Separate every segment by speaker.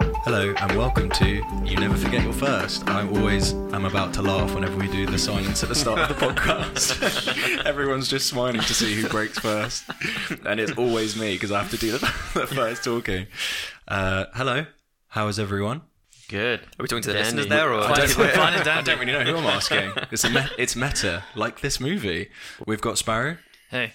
Speaker 1: and welcome to You Never Forget Your First. I always am about to laugh whenever we do the silence at the start of the podcast. Everyone's just smiling to see who breaks first, and it's always me because I have to do the, the first talking. Uh, hello, how is everyone?
Speaker 2: Good.
Speaker 3: Are we talking to the
Speaker 2: Dandy.
Speaker 3: listeners there, or
Speaker 2: Fine.
Speaker 1: I don't,
Speaker 2: Fine and
Speaker 1: I
Speaker 2: dandy.
Speaker 1: don't really know who I'm asking. It's a me- it's meta, like this movie. We've got Sparrow,
Speaker 2: Hey.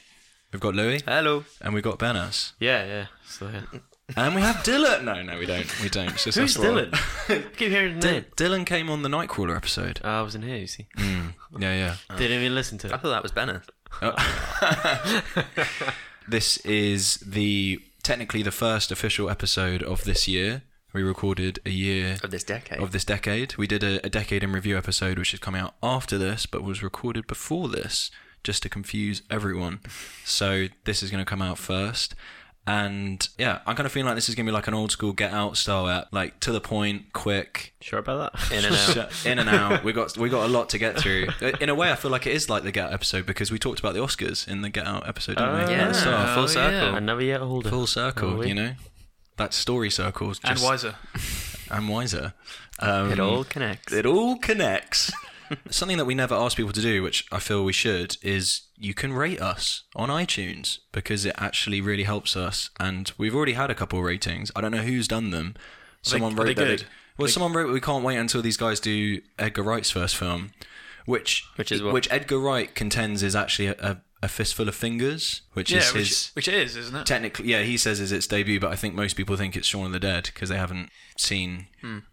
Speaker 1: we've got Louis,
Speaker 3: hello?
Speaker 1: and we've got Benas,
Speaker 2: Yeah, yeah. So, yeah.
Speaker 1: and we have Dylan. No, no, we don't. We don't. It's just
Speaker 2: Who's
Speaker 1: us four.
Speaker 2: Dylan? I keep hearing his name.
Speaker 1: Dylan? Dylan came on the Nightcrawler episode.
Speaker 2: Oh, I wasn't here, you see.
Speaker 1: Yeah, yeah.
Speaker 2: Didn't even listen to
Speaker 3: I
Speaker 2: it.
Speaker 3: thought that was Benner.
Speaker 1: This is the technically the first official episode of this year. We recorded a year
Speaker 3: Of this decade.
Speaker 1: of this decade. We did a, a decade in review episode, which is coming out after this, but was recorded before this, just to confuse everyone. So this is going to come out first. And yeah, I'm kind of feeling like this is going to be like an old school get out style app, like to the point, quick,
Speaker 2: Sure about that?
Speaker 3: in and out.
Speaker 1: Shut- in and out. We got we got a lot to get through. Uh, In a way, I feel like it is like the Get Out episode because we talked about the Oscars in the Get Out episode, didn't we?
Speaker 3: Oh, yeah.
Speaker 1: At the start.
Speaker 3: full circle.
Speaker 2: I never yet older.
Speaker 1: Full circle,
Speaker 2: Oh, we-
Speaker 1: you know. That story circles just,
Speaker 4: and wiser.
Speaker 1: and wiser. Um,
Speaker 3: It all connects.
Speaker 1: it all connects. Something that we never ask people to do, which I feel we should, is you can rate us on iTunes because it actually really helps us. And we've already had a couple ratings. I don't know who's done them. Someone
Speaker 4: are
Speaker 1: wrote
Speaker 4: they
Speaker 1: that.
Speaker 4: good?
Speaker 1: well, someone wrote we can't wait until these guys do Edgar Wright's first film, which
Speaker 3: Which is what?
Speaker 1: which Edgar Wright contends is actually a, a, a fistful of fingers, which
Speaker 4: Yeah,
Speaker 1: is
Speaker 4: which,
Speaker 1: his
Speaker 4: which it is, isn't it?
Speaker 1: technically. Yeah, he says is its debut, but I think most people think it's Shaun of the Dead because they haven't seen.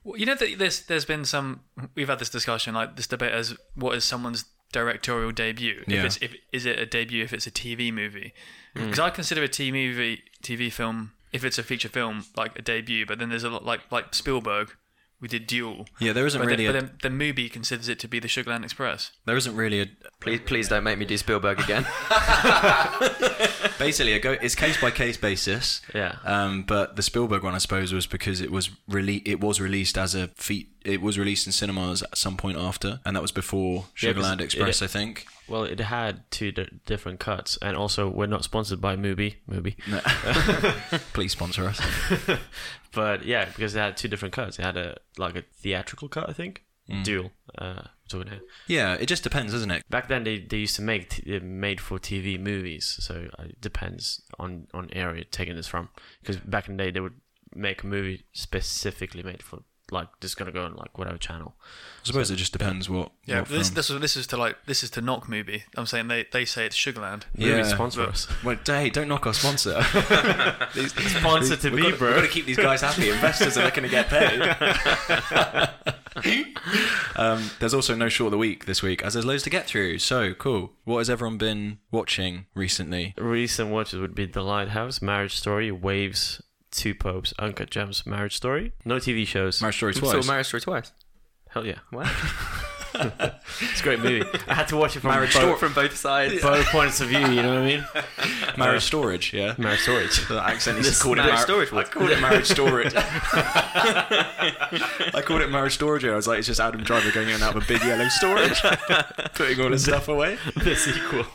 Speaker 4: Well, you know that there's there's been some we've had this discussion like this debate as what is someone's directorial debut?
Speaker 1: Yeah. Hmm.
Speaker 4: If it's if is it a debut if it's a TV movie? Because I consider a TV movie TV film if it's a feature film like a debut, but then there's a lot like like Spielberg. We did Duel.
Speaker 1: Yeah, there isn't
Speaker 4: But,
Speaker 1: really
Speaker 4: then,
Speaker 1: a-
Speaker 4: but then the movie considers it to be the Sugarland Express.
Speaker 1: There isn't really a
Speaker 3: Please, please don't make me do Spielberg again.
Speaker 1: basically it go, it's case by case basis.
Speaker 2: Yeah.
Speaker 1: Um, but the Spielberg one, I suppose, was because it was rele- it was released as a feat. It was released in cinemas at some point after, and that was before
Speaker 2: Yeah, 'cause
Speaker 1: Sugarland
Speaker 2: it-
Speaker 1: Express, I think.
Speaker 2: Well, it had two di different cuts, and also we're not sponsored by Mubi, Mubi.
Speaker 1: Please sponsor us.
Speaker 2: But yeah, because it had two different cuts. It had a like a theatrical cut, I think.
Speaker 3: Mm.
Speaker 2: Dual. Uh, talking here.
Speaker 1: yeah, it just depends, doesn't it?
Speaker 2: Back then, they, they used to make t- made for TV movies, so uh, it depends on on area taking this from. Because back in the day, they would make a movie specifically made for like just gonna go on like whatever channel.
Speaker 1: I suppose it just depends what.
Speaker 4: Yeah,
Speaker 1: what
Speaker 4: but this
Speaker 1: film.
Speaker 4: this is this is to like this is to knock movie. I'm saying they they say it's Sugarland.
Speaker 1: yeah.
Speaker 2: Movie sponsor us.
Speaker 1: Well, hey, don't knock our sponsor. These-
Speaker 2: Sponsor to
Speaker 1: we've
Speaker 2: me,
Speaker 1: got,
Speaker 2: bro.
Speaker 1: We've got to keep these guys happy. Investors are looking to get paid. um, there's also no short of the week this week, as there's loads to get through. So cool. What has everyone been watching recently?
Speaker 2: Recent watches would be The Lighthouse, Marriage Story, Waves, Two Popes, Uncut Gems, Marriage Story. No TV shows.
Speaker 1: Marriage Story
Speaker 3: Saw
Speaker 1: twice.
Speaker 3: Marriage Story twice.
Speaker 2: Hell yeah,
Speaker 3: Wow.
Speaker 2: it's a great movie. I had to watch it from
Speaker 1: Marriage
Speaker 2: both,
Speaker 1: Story.
Speaker 3: From both sides.
Speaker 2: both points of view. You know what I mean?
Speaker 1: marriage storage. Yeah.
Speaker 2: Marriage Story.
Speaker 1: That accidentally
Speaker 3: This
Speaker 1: called it
Speaker 3: marriage
Speaker 1: mar-
Speaker 3: storage
Speaker 1: I
Speaker 3: was-
Speaker 1: called it marriage storage. I called it marriage storage. And I was like, it's just Adam Driver going in and out of a big yellow storage, putting all his stuff away.
Speaker 2: the sequel.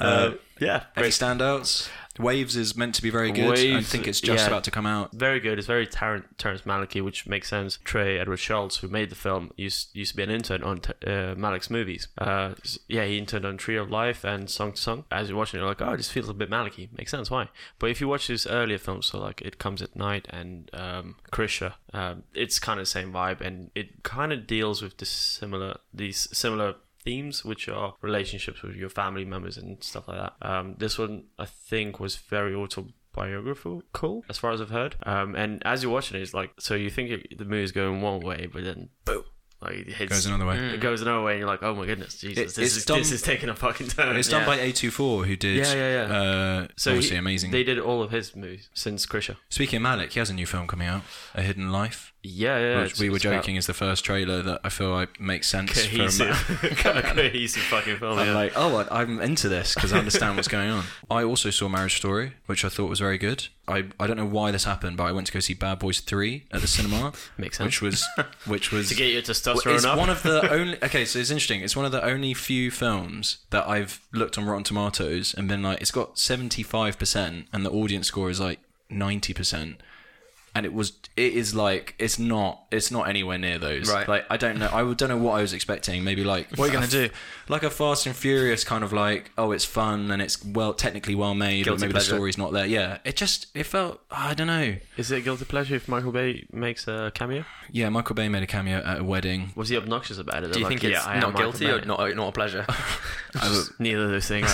Speaker 1: Uh,
Speaker 2: yeah,
Speaker 1: Any standouts? Waves is meant to be very good. I
Speaker 2: Waves,
Speaker 1: think it's just
Speaker 2: yeah.
Speaker 1: about to come out.
Speaker 2: very good. It's very Taran- Terrence Malick, which makes sense. Trey Edward Schultz, who made the film, used used to be an intern on t- uh, Malick's movies. Uh, s- yeah, he interned on Tree of Life and Song to Song. As you're watching it, you're like, oh, this feels a bit Malicky. Makes sense. Why? But if you watch his earlier films, so like It Comes at Night and um, Krisha, um, it's kind of the same vibe, and it kind of deals with the similar these similar themes which are relationships with your family members and stuff like that um, this one i think was very auto biographical as far as I've heard. Um, and as you're watching it, it's like so you think it, the movie's going one way, but then boom, like it hits,
Speaker 1: Goes another way.
Speaker 2: It goes another way, and you're like, oh my goodness, Jesus,
Speaker 1: It-
Speaker 2: this
Speaker 1: it's
Speaker 2: is
Speaker 1: done-
Speaker 2: this is taking a fucking turn.
Speaker 1: It's done by A24, who did
Speaker 2: Yeah, yeah, yeah.
Speaker 1: Uh,
Speaker 2: so
Speaker 1: obviously
Speaker 2: he-
Speaker 1: amazing.
Speaker 2: They did all of his movies since Krisha.
Speaker 1: Speaking of Malik, he has a new film coming out, A Hidden Life,
Speaker 2: Yeah, yeah.
Speaker 1: which
Speaker 2: it's-
Speaker 1: we were
Speaker 2: it's about
Speaker 1: joking is the first trailer that I feel like makes sense for a ma-
Speaker 2: Cohesive, kind of cohesive fucking film.
Speaker 1: I'm
Speaker 2: yeah.
Speaker 1: like, oh, I- I'm into this because I understand what's going on. I also saw Marriage Story, which I thought was very good. I, I don't know why this happened, but I went to go see Bad Boys Three at the cinema,
Speaker 2: Makes
Speaker 1: which was which was
Speaker 2: to get your testosterone
Speaker 1: Well, it's
Speaker 2: up.
Speaker 1: one of the only okay so it's interesting it's one of the only few films that i've looked on rotten tomatoes and been like it's got 75% and the audience score is like 90% and it was it is like it's not it's not anywhere near those.
Speaker 3: Right.
Speaker 1: Like I don't know I don't know what I was expecting. Maybe like what are you gonna do? Like a Fast and Furious kind of like oh it's fun and it's well technically well made, but
Speaker 3: Guilty
Speaker 1: maybe
Speaker 3: pleasure.
Speaker 1: the story's not there. Yeah, it just it felt I don't know.
Speaker 2: Is it a guilty pleasure if Michael Bay makes a cameo?
Speaker 1: Yeah, Michael Bay made a cameo at a wedding.
Speaker 2: Was he obnoxious about it?
Speaker 3: Do you
Speaker 2: Like,
Speaker 3: think it's
Speaker 2: yeah, I am
Speaker 3: not
Speaker 2: Michael
Speaker 3: guilty
Speaker 2: Bay.
Speaker 3: or not, not a pleasure?
Speaker 1: I was-
Speaker 2: Neither of those things.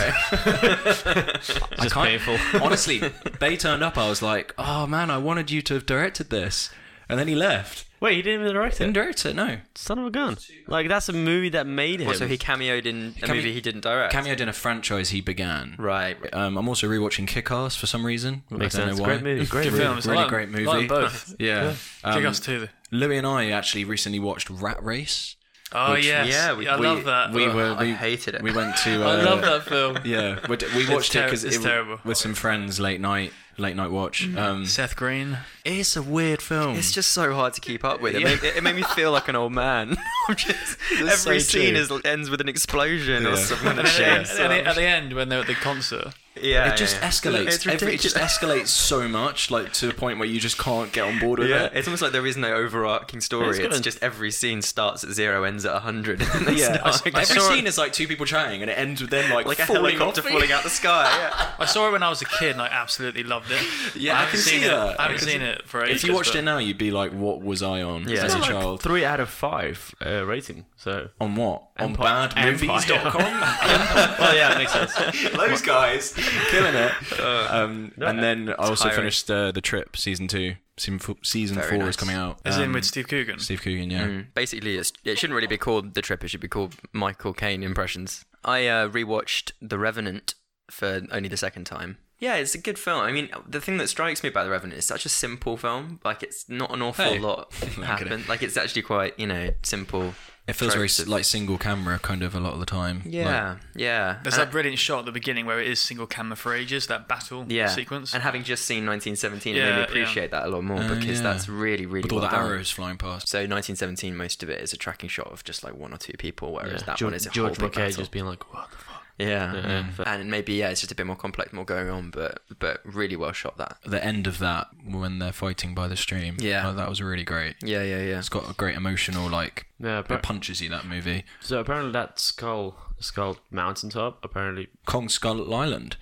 Speaker 2: It's just
Speaker 1: can't-
Speaker 2: painful.
Speaker 1: honestly, Bay turned up. I was like, oh man, I wanted you to have directed this, and then he left.
Speaker 2: Wait, he didn't even direct
Speaker 1: Didn't
Speaker 2: it.
Speaker 1: direct it. No,
Speaker 2: Son of a gun! Like that's a movie that made him.
Speaker 3: Well, so he cameoed in a
Speaker 1: cameo-
Speaker 3: movie he didn't direct.
Speaker 1: cameoed in a franchise he began.
Speaker 3: Right. right.
Speaker 1: Um, I'm also rewatching Kick-Ass for some reason.
Speaker 2: Makes
Speaker 1: I don't
Speaker 2: sense.
Speaker 1: Know why.
Speaker 2: Great movie. Great
Speaker 4: Good
Speaker 2: movie.
Speaker 4: films. I
Speaker 1: really
Speaker 4: like-
Speaker 1: great movie.
Speaker 4: Like both.
Speaker 1: Yeah. Um,
Speaker 4: Kick Ass too.
Speaker 1: Louis and I actually recently watched Rat Race.
Speaker 4: Oh
Speaker 1: Which-
Speaker 4: yes.
Speaker 3: yeah, we-
Speaker 4: I
Speaker 3: we-
Speaker 4: love that.
Speaker 1: We
Speaker 3: Ugh,
Speaker 1: were.
Speaker 3: I
Speaker 1: We
Speaker 3: hated it.
Speaker 1: We went to. Uh,
Speaker 4: I love that film.
Speaker 1: Yeah, we, d- we watched it
Speaker 4: ter-
Speaker 1: 'cause it
Speaker 4: it's
Speaker 1: because
Speaker 4: terrible.
Speaker 1: with some friends late night, late night watch. Um,
Speaker 4: Seth Green.
Speaker 1: it's a weird film.
Speaker 3: It's just so hard to keep up with. It,
Speaker 1: Yeah.
Speaker 3: made, it made me feel like an old man. I'm just,
Speaker 1: That's
Speaker 3: every
Speaker 1: so
Speaker 3: scene is,
Speaker 1: true.
Speaker 3: ends with an explosion or
Speaker 1: Yeah.
Speaker 3: some kind of
Speaker 4: And then
Speaker 3: shit.
Speaker 4: at, the, and at the end, when they're at the concert,
Speaker 3: yeah,
Speaker 1: it just
Speaker 3: yeah, yeah.
Speaker 1: escalates.
Speaker 3: It's
Speaker 1: Every- it just
Speaker 3: ridiculous.
Speaker 1: escalates so much, like to the point where you just can't get on board with
Speaker 3: Yeah,
Speaker 1: it.
Speaker 3: it's almost like there is no overarching story.
Speaker 2: It's
Speaker 3: It's,
Speaker 2: got a-
Speaker 3: just every scene starts at zero, ends at hundred.
Speaker 1: yeah, I-
Speaker 4: I
Speaker 1: every
Speaker 4: saw-
Speaker 1: scene is like two people chatting, and it ends with them like,
Speaker 3: like a
Speaker 1: falling off.
Speaker 3: helicopter falling out the sky.
Speaker 4: I saw it when I was a kid, and I absolutely loved it.
Speaker 1: Yeah,
Speaker 4: I
Speaker 1: I
Speaker 4: haven't
Speaker 1: can
Speaker 4: seen
Speaker 1: see
Speaker 4: it.
Speaker 1: that.
Speaker 4: I
Speaker 1: I
Speaker 4: haven't
Speaker 1: can
Speaker 4: seen it for ages.
Speaker 1: If you watched
Speaker 4: but
Speaker 1: it now, you'd be like, "What was I on
Speaker 3: Yeah.
Speaker 1: as a
Speaker 3: It's
Speaker 2: Like
Speaker 1: child?"
Speaker 2: Three out of five uh, rating. So
Speaker 1: on what?
Speaker 2: Empire-
Speaker 1: On badmovies.com?
Speaker 2: oh yeah, it makes sense.
Speaker 1: Those guys killing it. Um, and then I also
Speaker 3: Uh, tiring.
Speaker 1: finished uh, the trip season two. Season, fo- season
Speaker 3: Very
Speaker 1: four
Speaker 3: nice.
Speaker 1: is coming out.
Speaker 4: As in
Speaker 1: Um,
Speaker 4: with Steve Coogan.
Speaker 1: Steve Coogan, yeah.
Speaker 3: Yeah. Mm. Basically, it's, it shouldn't really be called the trip. It should be called Michael Caine impressions. I uh, rewatched The Revenant for only the second time. Yeah, it's a good film. I mean, the thing that strikes me about The Revenant is such a simple film. Like, it's not an awful
Speaker 1: Hey.
Speaker 3: lot happened. Like, it's actually quite, you know, simple.
Speaker 1: It feels very
Speaker 3: Tropes
Speaker 1: s-
Speaker 3: of-
Speaker 1: like single camera kind of a lot of the time.
Speaker 3: Yeah, yeah.
Speaker 4: There's
Speaker 3: And
Speaker 4: that brilliant shot at the beginning where it is single camera for ages. That battle
Speaker 3: yeah.
Speaker 4: sequence.
Speaker 3: And having just seen 1917, it
Speaker 4: Yeah,
Speaker 3: made
Speaker 4: yeah.
Speaker 3: me appreciate that a lot more
Speaker 1: Uh,
Speaker 3: because
Speaker 1: yeah.
Speaker 3: that's really, really
Speaker 1: with all
Speaker 3: well
Speaker 1: the
Speaker 3: done.
Speaker 1: arrows flying past.
Speaker 3: So 1917, most of it is a tracking shot of just like one or two people, whereas that one
Speaker 2: George,
Speaker 3: is a
Speaker 2: George
Speaker 3: whole big
Speaker 2: McKay
Speaker 3: battle.
Speaker 2: just being like, what the fuck?
Speaker 3: Yeah,
Speaker 2: Yeah, yeah.
Speaker 3: and maybe yeah, it's just a bit more complex, more going on, but but really well shot that.
Speaker 1: The end of that, when they're fighting by the stream,
Speaker 3: Yeah.
Speaker 1: oh, that was really great.
Speaker 3: Yeah, yeah, yeah.
Speaker 1: It's got a great emotional, like,
Speaker 2: Yeah, appar-
Speaker 1: it punches you, that movie.
Speaker 2: so apparently that skull, skull mountaintop, apparently.
Speaker 1: Kong Skull Island.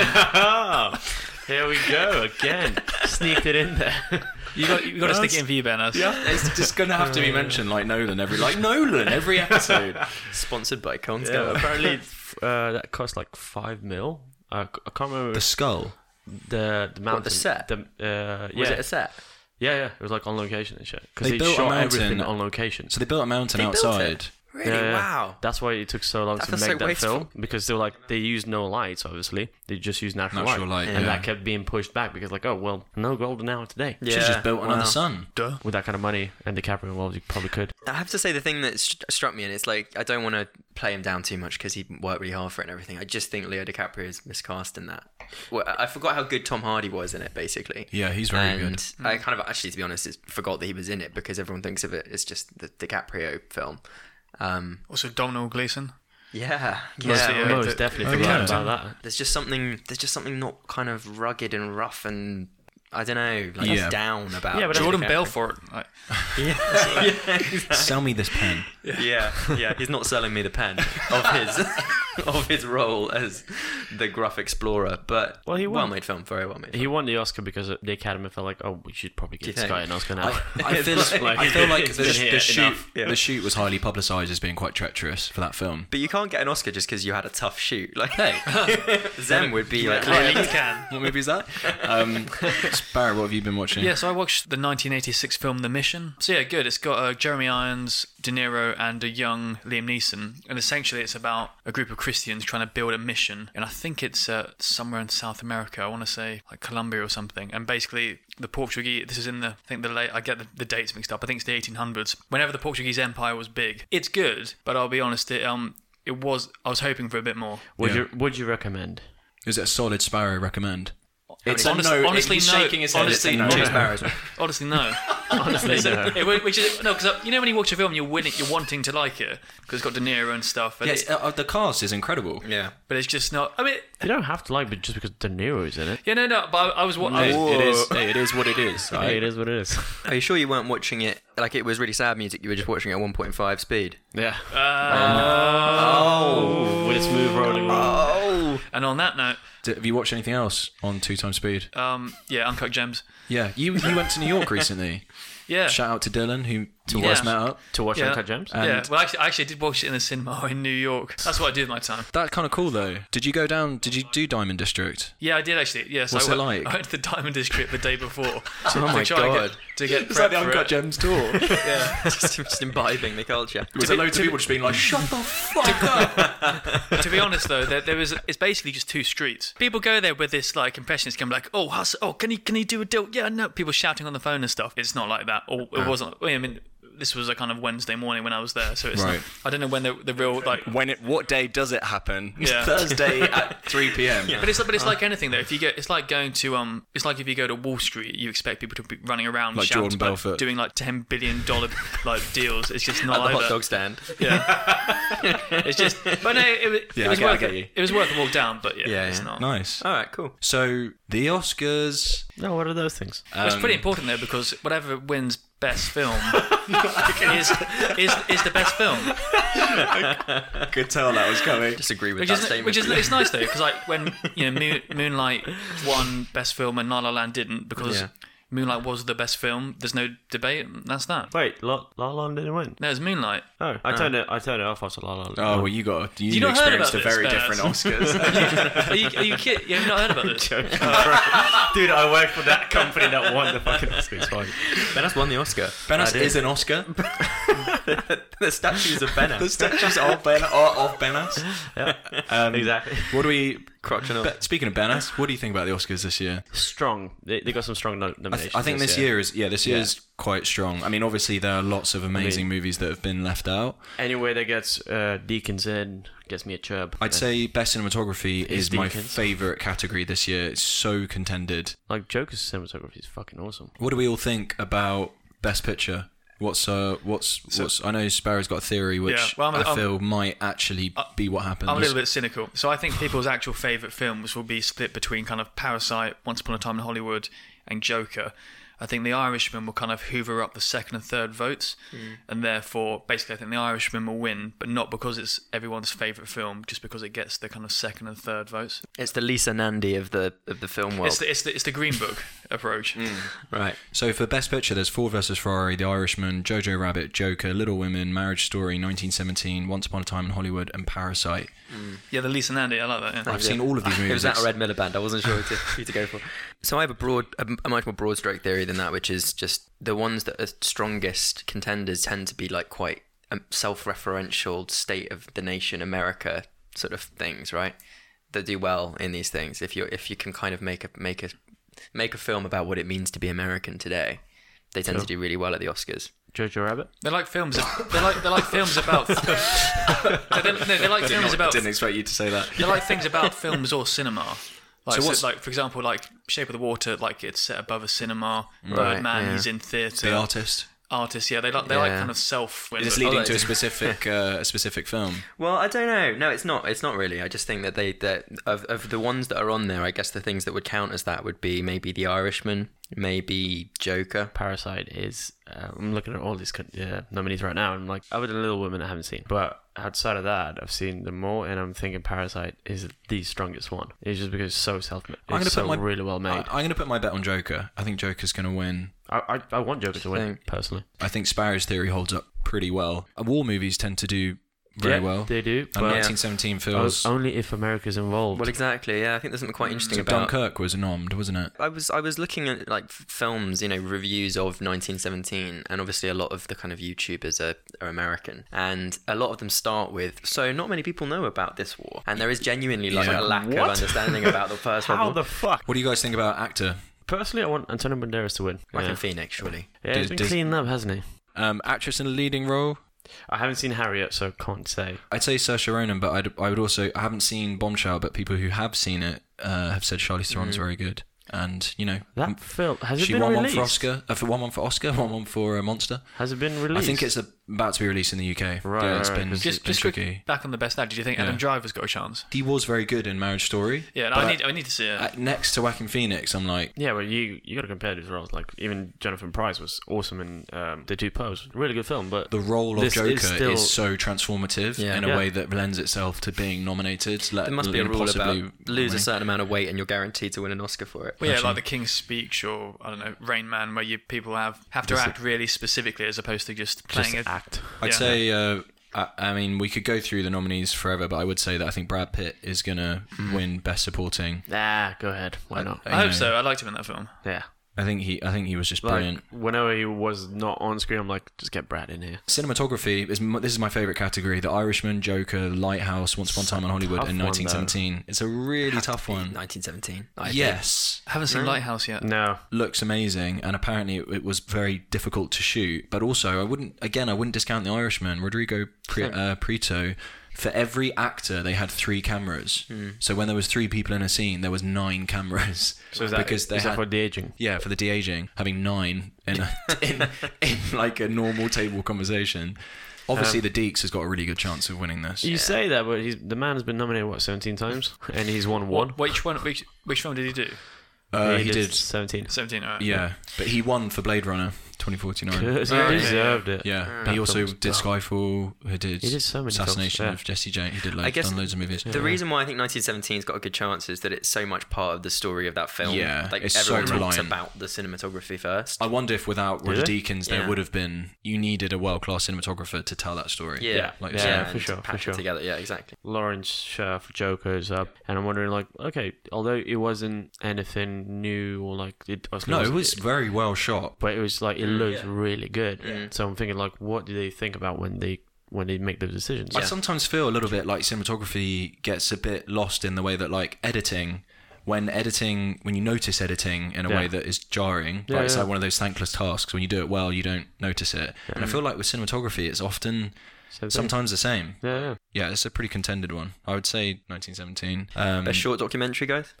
Speaker 2: Oh, here we go again. Sneaked it in there.
Speaker 4: you got you got to
Speaker 1: That's-
Speaker 4: stick it in for you, Ben. That's-
Speaker 1: Yeah, it's just gonna have to be mentioned like Nolan every like Nolan every episode.
Speaker 3: Sponsored by Kong's
Speaker 2: Yeah, apparently f- uh, that cost like five mil. Uh, c- I can't remember
Speaker 1: the skull.
Speaker 2: the the mountain.
Speaker 3: set?
Speaker 2: The, uh, yeah.
Speaker 3: Was it a set?
Speaker 2: yeah, yeah. It was like on location and shit. Because
Speaker 1: They
Speaker 2: they,
Speaker 1: built a
Speaker 2: shot
Speaker 1: mountain-
Speaker 2: everything on location.
Speaker 1: So they built a mountain
Speaker 3: They built it?
Speaker 1: outside.
Speaker 3: Really?
Speaker 2: Yeah, yeah.
Speaker 3: Wow.
Speaker 2: That's why it took so long
Speaker 3: That
Speaker 2: to make
Speaker 3: feels so
Speaker 2: that
Speaker 3: wasteful.
Speaker 2: film because they were like they used no lights. Obviously, they just used natural,
Speaker 1: Natural
Speaker 2: light,
Speaker 1: light,
Speaker 2: and
Speaker 1: yeah.
Speaker 2: that kept being pushed back because like, oh well, no golden hour today.
Speaker 3: Yeah.
Speaker 1: Should have just built another
Speaker 3: wow.
Speaker 1: sun.
Speaker 4: Duh.
Speaker 2: With that kind of money and DiCaprio involved, you probably could.
Speaker 3: I have to say the thing that st- struck me, and it's like I don't want to play him down too much because he worked really hard for it and everything. I just think Leo DiCaprio is miscast in that. Well, I I forgot how good Tom Hardy was in it, basically.
Speaker 1: Yeah, he's very
Speaker 3: and
Speaker 1: good.
Speaker 3: I kind of actually, to be honest, is- forgot that he was in it because everyone thinks of it as just the DiCaprio film. Um,
Speaker 4: Also, Domhnall Gleeson.
Speaker 3: yeah,
Speaker 4: Must
Speaker 3: yeah.
Speaker 4: be
Speaker 2: Yeah,
Speaker 4: yeah,
Speaker 2: most
Speaker 4: the-
Speaker 2: definitely
Speaker 1: the
Speaker 2: forgot
Speaker 1: captain.
Speaker 2: about that.
Speaker 3: there's just something there's just something not kind of rugged and rough and I don't know, like
Speaker 1: Yeah.
Speaker 3: down about.
Speaker 2: Yeah, but
Speaker 4: Jordan
Speaker 2: okay.
Speaker 4: Belfort. Like,
Speaker 1: Sell me this pen.
Speaker 3: yeah, yeah, he's not selling me the pen of his of his role as the gruff explorer, but
Speaker 2: Well, he won.
Speaker 3: well made film, very well made.
Speaker 2: He won the Oscar because the Academy felt like, oh, we should probably
Speaker 3: Do you
Speaker 2: give this
Speaker 3: think?
Speaker 2: guy an Oscar now.
Speaker 1: I, I feel
Speaker 2: It's
Speaker 1: like,
Speaker 2: like-
Speaker 1: I feel like
Speaker 2: it's
Speaker 1: the,
Speaker 2: been
Speaker 1: sh-
Speaker 2: here
Speaker 1: the shoot
Speaker 2: enough.
Speaker 3: Yeah.
Speaker 1: the shoot was highly publicised as being quite treacherous for that film.
Speaker 3: But you can't get an Oscar just because you had a tough shoot. Like, Zem would be like, "Oh,
Speaker 4: clearly you can.
Speaker 1: What movie is that? Um, Barry, what have you been watching?
Speaker 4: Yeah, so I watched the 1986 film The Mission. So yeah, good. It's got uh, Jeremy Irons, De Niro, and a young Liam Neeson. And essentially, it's about a group of Christians trying to build a mission. And I think it's uh, somewhere in South America. I want to say like Colombia or something. And basically, the Portuguese. This is in the. I think the late. I get the, the dates mixed up. I think it's the 1800s. Whenever the Portuguese Empire was big, it's good. But I'll be honest, it um. It was. I was hoping for a bit more.
Speaker 2: Would
Speaker 1: Yeah.
Speaker 2: you Would you recommend?
Speaker 1: Is it a solid Sparrow recommend? It's a
Speaker 4: many- Honest-
Speaker 1: no.
Speaker 4: honestly,
Speaker 1: he's
Speaker 4: no.
Speaker 1: shaking his head.
Speaker 4: Honestly,
Speaker 1: it's a
Speaker 4: no.
Speaker 1: no.
Speaker 3: Chase Barrows.
Speaker 4: Honestly, no.
Speaker 2: Honestly, no.
Speaker 4: It would- which is, no, because you know when you watch a film, you're willing, you're wanting to like it because it's got De Niro and stuff. And
Speaker 1: Yes,
Speaker 4: it,
Speaker 1: uh, uh, the cast is incredible.
Speaker 3: yeah.
Speaker 4: but it's just not. I mean,
Speaker 2: You don't have to like it just because De Niro's in it.
Speaker 4: yeah, no, no. But I, I was, wa- I
Speaker 1: It-
Speaker 4: was
Speaker 1: it is. Hey, it is what it is.
Speaker 2: Hey,
Speaker 1: right?
Speaker 2: it is what it is.
Speaker 3: Are you sure you weren't watching it? Like it was really sad music. You were just watching it at 1.5 speed.
Speaker 2: Yeah.
Speaker 4: Uh,
Speaker 2: With its smooth rolling along.
Speaker 3: Oh.
Speaker 4: And on that note,
Speaker 1: D- Have you watched anything else on Two Times Speed?
Speaker 4: um, yeah, Uncut Gems.
Speaker 1: Yeah, you you went to New York recently.
Speaker 4: Yeah.
Speaker 1: Shout out to Dylan who to
Speaker 4: Yeah.
Speaker 1: us met up.
Speaker 2: To watch
Speaker 4: yeah.
Speaker 2: Uncut Gems?
Speaker 4: yeah.
Speaker 1: And-
Speaker 4: Well, actually, I actually did watch it in the cinema in New York. That's what I do with my time.
Speaker 1: That's kind of cool though. Did you go down? Did you do Diamond District?
Speaker 4: Yeah, I did actually. Yes,
Speaker 1: What's
Speaker 4: I
Speaker 1: it
Speaker 4: went,
Speaker 1: like?
Speaker 4: I went to the Diamond District the day before.
Speaker 1: Oh my
Speaker 4: to try and
Speaker 1: God.
Speaker 4: Get, to get prep for it.
Speaker 1: Gems tour. There's
Speaker 4: Yeah.
Speaker 3: just, just imbibing the culture.
Speaker 1: a load of people just being like, "Shut the fuck up."
Speaker 4: to be honest though, there, there was it's basically just two streets. People go there with this like impressionist kind of like, oh, hus- oh, can he can he do a deal? Yeah, no. People shouting on the phone and stuff. It's not like that, or it wasn't. I mean, this was a kind of Wednesday morning when I was there, so it's
Speaker 1: Right.
Speaker 4: not, I don't know when the, the real like.
Speaker 1: When it? What day does it happen?
Speaker 4: Yeah.
Speaker 1: Thursday Uh. at 3 p.m.
Speaker 4: But it's, but it's like anything though. If you go, it's like going to um, it's like if you go to Wall Street, you expect people to be running around,
Speaker 1: Like
Speaker 4: shouting,
Speaker 1: Jordan
Speaker 4: about
Speaker 1: Belfort.
Speaker 4: doing like ten billion dollar like deals. It's just not
Speaker 3: At the
Speaker 4: either.
Speaker 3: hot dog stand.
Speaker 4: It's just, but no, it, was
Speaker 1: Yeah,
Speaker 4: it
Speaker 1: I
Speaker 4: was
Speaker 1: get- I
Speaker 4: worth
Speaker 1: get
Speaker 4: it.
Speaker 1: you.
Speaker 4: It was worth a walk down, but yeah,
Speaker 3: Yeah,
Speaker 4: it's
Speaker 3: yeah.
Speaker 4: not.
Speaker 1: Nice.
Speaker 3: All right, cool.
Speaker 1: So the Oscars.
Speaker 2: No, what are those things?
Speaker 4: Well, it's pretty
Speaker 3: Um,
Speaker 4: important though because whatever wins best film is, is is the best film,
Speaker 1: I could tell that was coming.
Speaker 3: Disagree with
Speaker 4: which
Speaker 3: that
Speaker 4: is
Speaker 3: statement.
Speaker 4: which is it's nice though because like when you know Moon, Moonlight won best film and La La Land didn't because
Speaker 3: Yeah.
Speaker 4: Moonlight was the best film. There's no debate. and That's that.
Speaker 2: Wait, La La Land didn't win.
Speaker 4: No, it's Moonlight.
Speaker 2: Oh, I turned it. I turned it off after La La Land.
Speaker 1: Oh well, you got you,
Speaker 4: You not heard
Speaker 1: experienced a
Speaker 4: about
Speaker 1: very
Speaker 4: this,
Speaker 1: different
Speaker 4: Baz?
Speaker 1: Oscars.
Speaker 4: Are you are you kidding? You've not heard about this?
Speaker 1: Oh.
Speaker 2: Dude, I work for that company that won the fucking Oscars. Fine.
Speaker 3: Benas won the Oscar.
Speaker 1: Benas is an Oscar.
Speaker 3: the statues of
Speaker 1: the
Speaker 3: Benas.
Speaker 1: statues of Ben are of Benas. Um,
Speaker 2: Exactly.
Speaker 1: What do we?
Speaker 3: Crotch and all.
Speaker 1: Be- speaking of Benas, what do you think about the Oscars this year?
Speaker 2: Strong. They, they got some strong no-
Speaker 1: I,
Speaker 2: nominations.
Speaker 1: th- I think this year is yeah, this year is quite strong. I mean, obviously there are lots of amazing movies that have been left out.
Speaker 2: Anyway, that gets uh, Deacons in gets me a chirp. Uh,
Speaker 1: I'd say best cinematography is,
Speaker 2: Is
Speaker 1: my
Speaker 2: Deakins.
Speaker 1: favorite category this year. It's so contended.
Speaker 2: like Joker's cinematography is fucking awesome.
Speaker 1: What do we all think about best picture? What's uh, what's what's? I know Sparrow's got a theory which
Speaker 4: Yeah, well, I'm-
Speaker 1: I
Speaker 4: I'm-
Speaker 1: feel might actually be what happens.
Speaker 4: I'm a little bit cynical. So I think people's actual favourite films will be split between kind of Parasite, Once Upon a Time in Hollywood, and Joker. I think The Irishman will kind of hoover up the second and third votes,
Speaker 1: Hmm.
Speaker 4: and therefore, basically, I think The Irishman will win, but not because it's everyone's favourite film, just because it gets the kind of second and third votes.
Speaker 3: It's the Lisa Nandy of the of the film world.
Speaker 4: It's, the, it's, the, it's the Green Book approach.
Speaker 1: Hmm.
Speaker 3: right.
Speaker 1: So for best picture, there's Ford versus Ferrari, The Irishman, Jojo Rabbit, Joker, Little Women, Marriage Story, 1917, Once Upon a Time in Hollywood, and Parasite.
Speaker 4: Yeah, the Lisa Nandy, I like that. Yeah.
Speaker 1: I've seen all of these movies.
Speaker 3: It was that or Red Miller Band. I wasn't sure who to, who to go for. So I have a broad, a, a much more broad stroke theory than that, which is just the ones that are strongest contenders tend to be like quite um, self-referential state of the nation, America sort of things, right? That do well in these things. If you if you can kind of make a make a make a film about what it means to be American today, they tend to do really well at the Oscars.
Speaker 2: Jojo Rabbit.
Speaker 4: They're like films. They're like they're like films about. no, they're, no, they're like films about
Speaker 1: Didn't expect you to say that.
Speaker 4: They're like things about films or cinema. Like,
Speaker 1: So
Speaker 4: so
Speaker 1: what's-
Speaker 4: like for example, like Shape of the Water, like it's set above a cinema.
Speaker 3: Right,
Speaker 4: Birdman,
Speaker 3: yeah.
Speaker 4: he's in
Speaker 1: The
Speaker 4: theatre.
Speaker 1: artist.
Speaker 4: Artists, yeah, they like they like
Speaker 3: Yeah.
Speaker 4: kind of self.
Speaker 1: It's
Speaker 4: Oh,
Speaker 1: leading
Speaker 4: that's-
Speaker 1: to a specific uh, a specific film.
Speaker 3: Well, I don't know. No, it's not. It's not really. I just think that they that of of the ones that are on there, I guess the things that would count as that would be maybe The Irishman, maybe Joker.
Speaker 2: Parasite is. Uh, I'm looking at all these con- yeah, nominees right now, and I'm like, other than Little Women, I haven't seen. But outside of that, I've seen them more, and I'm thinking Parasite is the strongest one. It's just because it's so self. It's
Speaker 1: I'm gonna
Speaker 2: so
Speaker 1: put my
Speaker 2: really well made.
Speaker 1: I, am going to put my bet on Joker. I think Joker's going to win.
Speaker 2: I, I, I want Joker to win
Speaker 3: Thing.
Speaker 2: personally.
Speaker 1: I think Sparrow's theory holds up pretty well. Uh, War movies tend to do very
Speaker 2: Yeah,
Speaker 1: well.
Speaker 2: They do,
Speaker 1: and
Speaker 2: but
Speaker 1: 1917 feels.
Speaker 2: o- only if America's involved.
Speaker 3: Well, exactly. Yeah, I think there's something quite interesting
Speaker 1: so
Speaker 3: about.
Speaker 1: Dunkirk was nommed, wasn't it?
Speaker 3: I was I was looking at like f- films, you know, reviews of 1917, and obviously a lot of the kind of YouTubers are, are American, and a lot of them start with so not many people know about this war, and there is genuinely like
Speaker 1: Yeah.
Speaker 3: a lack
Speaker 2: What?
Speaker 3: of understanding about the First World
Speaker 2: How
Speaker 3: War.
Speaker 2: the fuck?
Speaker 1: What do you guys think about actor?
Speaker 2: Personally, I want Antonio Banderas to win.
Speaker 3: Joaquin
Speaker 2: yeah.
Speaker 3: Phoenix, surely.
Speaker 2: Yeah, he's
Speaker 1: Does-
Speaker 2: been
Speaker 1: does-
Speaker 2: cleaning up, hasn't he?
Speaker 1: Um, actress in a leading role?
Speaker 2: I haven't seen Harriet, so can't say.
Speaker 1: I'd say Saoirse Ronan, but I'd, I would also I haven't seen Bombshell, but people who have seen it uh, have said Charlize Theron's very good. and you know m-
Speaker 2: That film has it
Speaker 1: Mm. she
Speaker 2: been
Speaker 1: won
Speaker 2: released?
Speaker 1: one for Oscar, uh, for one one for Oscar, one one for uh, Monster.
Speaker 2: Has it been released?
Speaker 1: I think it's about to be released in the UK.
Speaker 2: Right,
Speaker 1: yeah, it's
Speaker 2: right,
Speaker 1: been,
Speaker 2: 'cause
Speaker 1: it's
Speaker 4: Oh, Just,
Speaker 1: been
Speaker 4: just
Speaker 1: tricky.
Speaker 4: quick, back on the best dad. Did you think Adam
Speaker 1: Yeah.
Speaker 4: Driver's got a chance?
Speaker 1: He was very good in Marriage Story.
Speaker 4: Yeah, no,
Speaker 1: but
Speaker 4: I need I need to see it.
Speaker 1: at- next to Joaquin Phoenix, I'm like,
Speaker 2: Yeah, well, you you got to compare these roles. Like even Jonathan Price was awesome in um, The Two Popes. Really good film, but
Speaker 1: the role of
Speaker 2: This
Speaker 1: Joker
Speaker 2: is
Speaker 1: is,
Speaker 2: still-
Speaker 1: so transformative
Speaker 3: Yeah.
Speaker 1: in a
Speaker 2: Yeah.
Speaker 1: way that lends itself to being nominated. Let,
Speaker 3: There must be a
Speaker 1: you know,
Speaker 3: rule
Speaker 1: possibly
Speaker 3: about lose a
Speaker 1: winning.
Speaker 3: certain amount of weight and you're guaranteed to win an Oscar for it.
Speaker 4: Well, yeah,
Speaker 1: Actually-
Speaker 4: like the King's Speech or I don't know Rain Man, where you people have have to
Speaker 1: Just-
Speaker 4: act really specifically as opposed to just playing
Speaker 2: just
Speaker 4: a
Speaker 2: act.
Speaker 1: I'd
Speaker 4: Yeah.
Speaker 1: say, uh, I, I mean, we could go through the nominees forever, but I would say that I think Brad Pitt is gonna win Best Supporting.
Speaker 2: Nah, go ahead. Why not?
Speaker 1: I
Speaker 4: I hope
Speaker 1: know.
Speaker 4: so. I liked him in that film.
Speaker 2: Yeah.
Speaker 1: I think he, I think he was just
Speaker 2: Like
Speaker 1: brilliant.
Speaker 2: whenever he was not on screen, I'm like, just get Brad in here.
Speaker 1: Cinematography is m- this is my favorite category: The Irishman, Joker, Lighthouse, Once Upon a Time in Hollywood,
Speaker 2: tough
Speaker 1: and
Speaker 2: one,
Speaker 1: 1917. it's a really tough one.
Speaker 3: 1917. I think.
Speaker 1: Yes,
Speaker 4: I haven't seen Lighthouse yet.
Speaker 2: No,
Speaker 1: looks amazing, and apparently it, it was very difficult to shoot. But also, I wouldn't again, I wouldn't discount The Irishman. Rodrigo Pre- uh, Prieto. For every actor, they had three cameras.
Speaker 2: Hmm.
Speaker 1: So when there was three people in a scene, there was nine cameras.
Speaker 2: so is that
Speaker 1: because they
Speaker 2: is that
Speaker 1: had-
Speaker 2: for the aging?
Speaker 1: yeah, for the de aging, having nine in, a, in in like a normal table conversation. Obviously, the Deeks has got a really good chance of winning this.
Speaker 2: You say that, but Um, he's the man has been nominated what 17 times, and he's won one.
Speaker 4: Which one? Which, which film did he do?
Speaker 1: Uh, he did,
Speaker 2: 17.
Speaker 4: Seventeen. All right.
Speaker 1: yeah, but he won for Blade Runner 2049.
Speaker 2: He
Speaker 4: yeah,
Speaker 2: deserved it.
Speaker 1: Oh, Yeah, he also
Speaker 2: film's
Speaker 1: did Skyfall. He did,
Speaker 2: He did so many films,
Speaker 1: Assassination
Speaker 2: yeah.
Speaker 1: of Jesse James. He did loads,
Speaker 3: I guess
Speaker 1: done loads of movies.
Speaker 3: The reason why I think 1917's got a good chance is that it's so much part of the story of that film.
Speaker 1: Yeah,
Speaker 3: like
Speaker 1: it's so
Speaker 3: everyone talks
Speaker 1: reliant. Oh,
Speaker 3: about the cinematography first.
Speaker 1: I wonder if without
Speaker 2: Did
Speaker 1: Roger
Speaker 2: they?
Speaker 1: Deakins, there
Speaker 3: Yeah.
Speaker 1: would have been. You needed a world class cinematographer to tell that story.
Speaker 3: yeah,
Speaker 1: like
Speaker 2: Yeah,
Speaker 1: you said.
Speaker 2: for
Speaker 3: and
Speaker 2: sure, for
Speaker 3: patch it
Speaker 2: sure.
Speaker 3: Together, yeah, exactly.
Speaker 2: Lawrence Sher for Joker is up, and I'm wondering like, okay, although it wasn't anything new or like it, obviously
Speaker 1: No, it
Speaker 2: wasn't-
Speaker 1: was very well shot.
Speaker 2: but it was like it
Speaker 4: Mm,
Speaker 2: looks really good.
Speaker 3: Yeah.
Speaker 2: So I'm thinking like, what do they think about when they when they make those decisions?
Speaker 1: I sometimes feel a little bit like cinematography gets a bit lost in the way that like editing when editing when you notice editing in a
Speaker 2: Yeah.
Speaker 1: way that is jarring
Speaker 2: Yeah,
Speaker 1: like it's
Speaker 2: yeah.
Speaker 1: like one of those thankless tasks when you do it well you don't notice it and i feel like with cinematography it's often
Speaker 2: So they-
Speaker 1: sometimes the same
Speaker 2: yeah, yeah.
Speaker 1: yeah it's a pretty contended one i would say 1917 um,
Speaker 3: A short documentary, guys.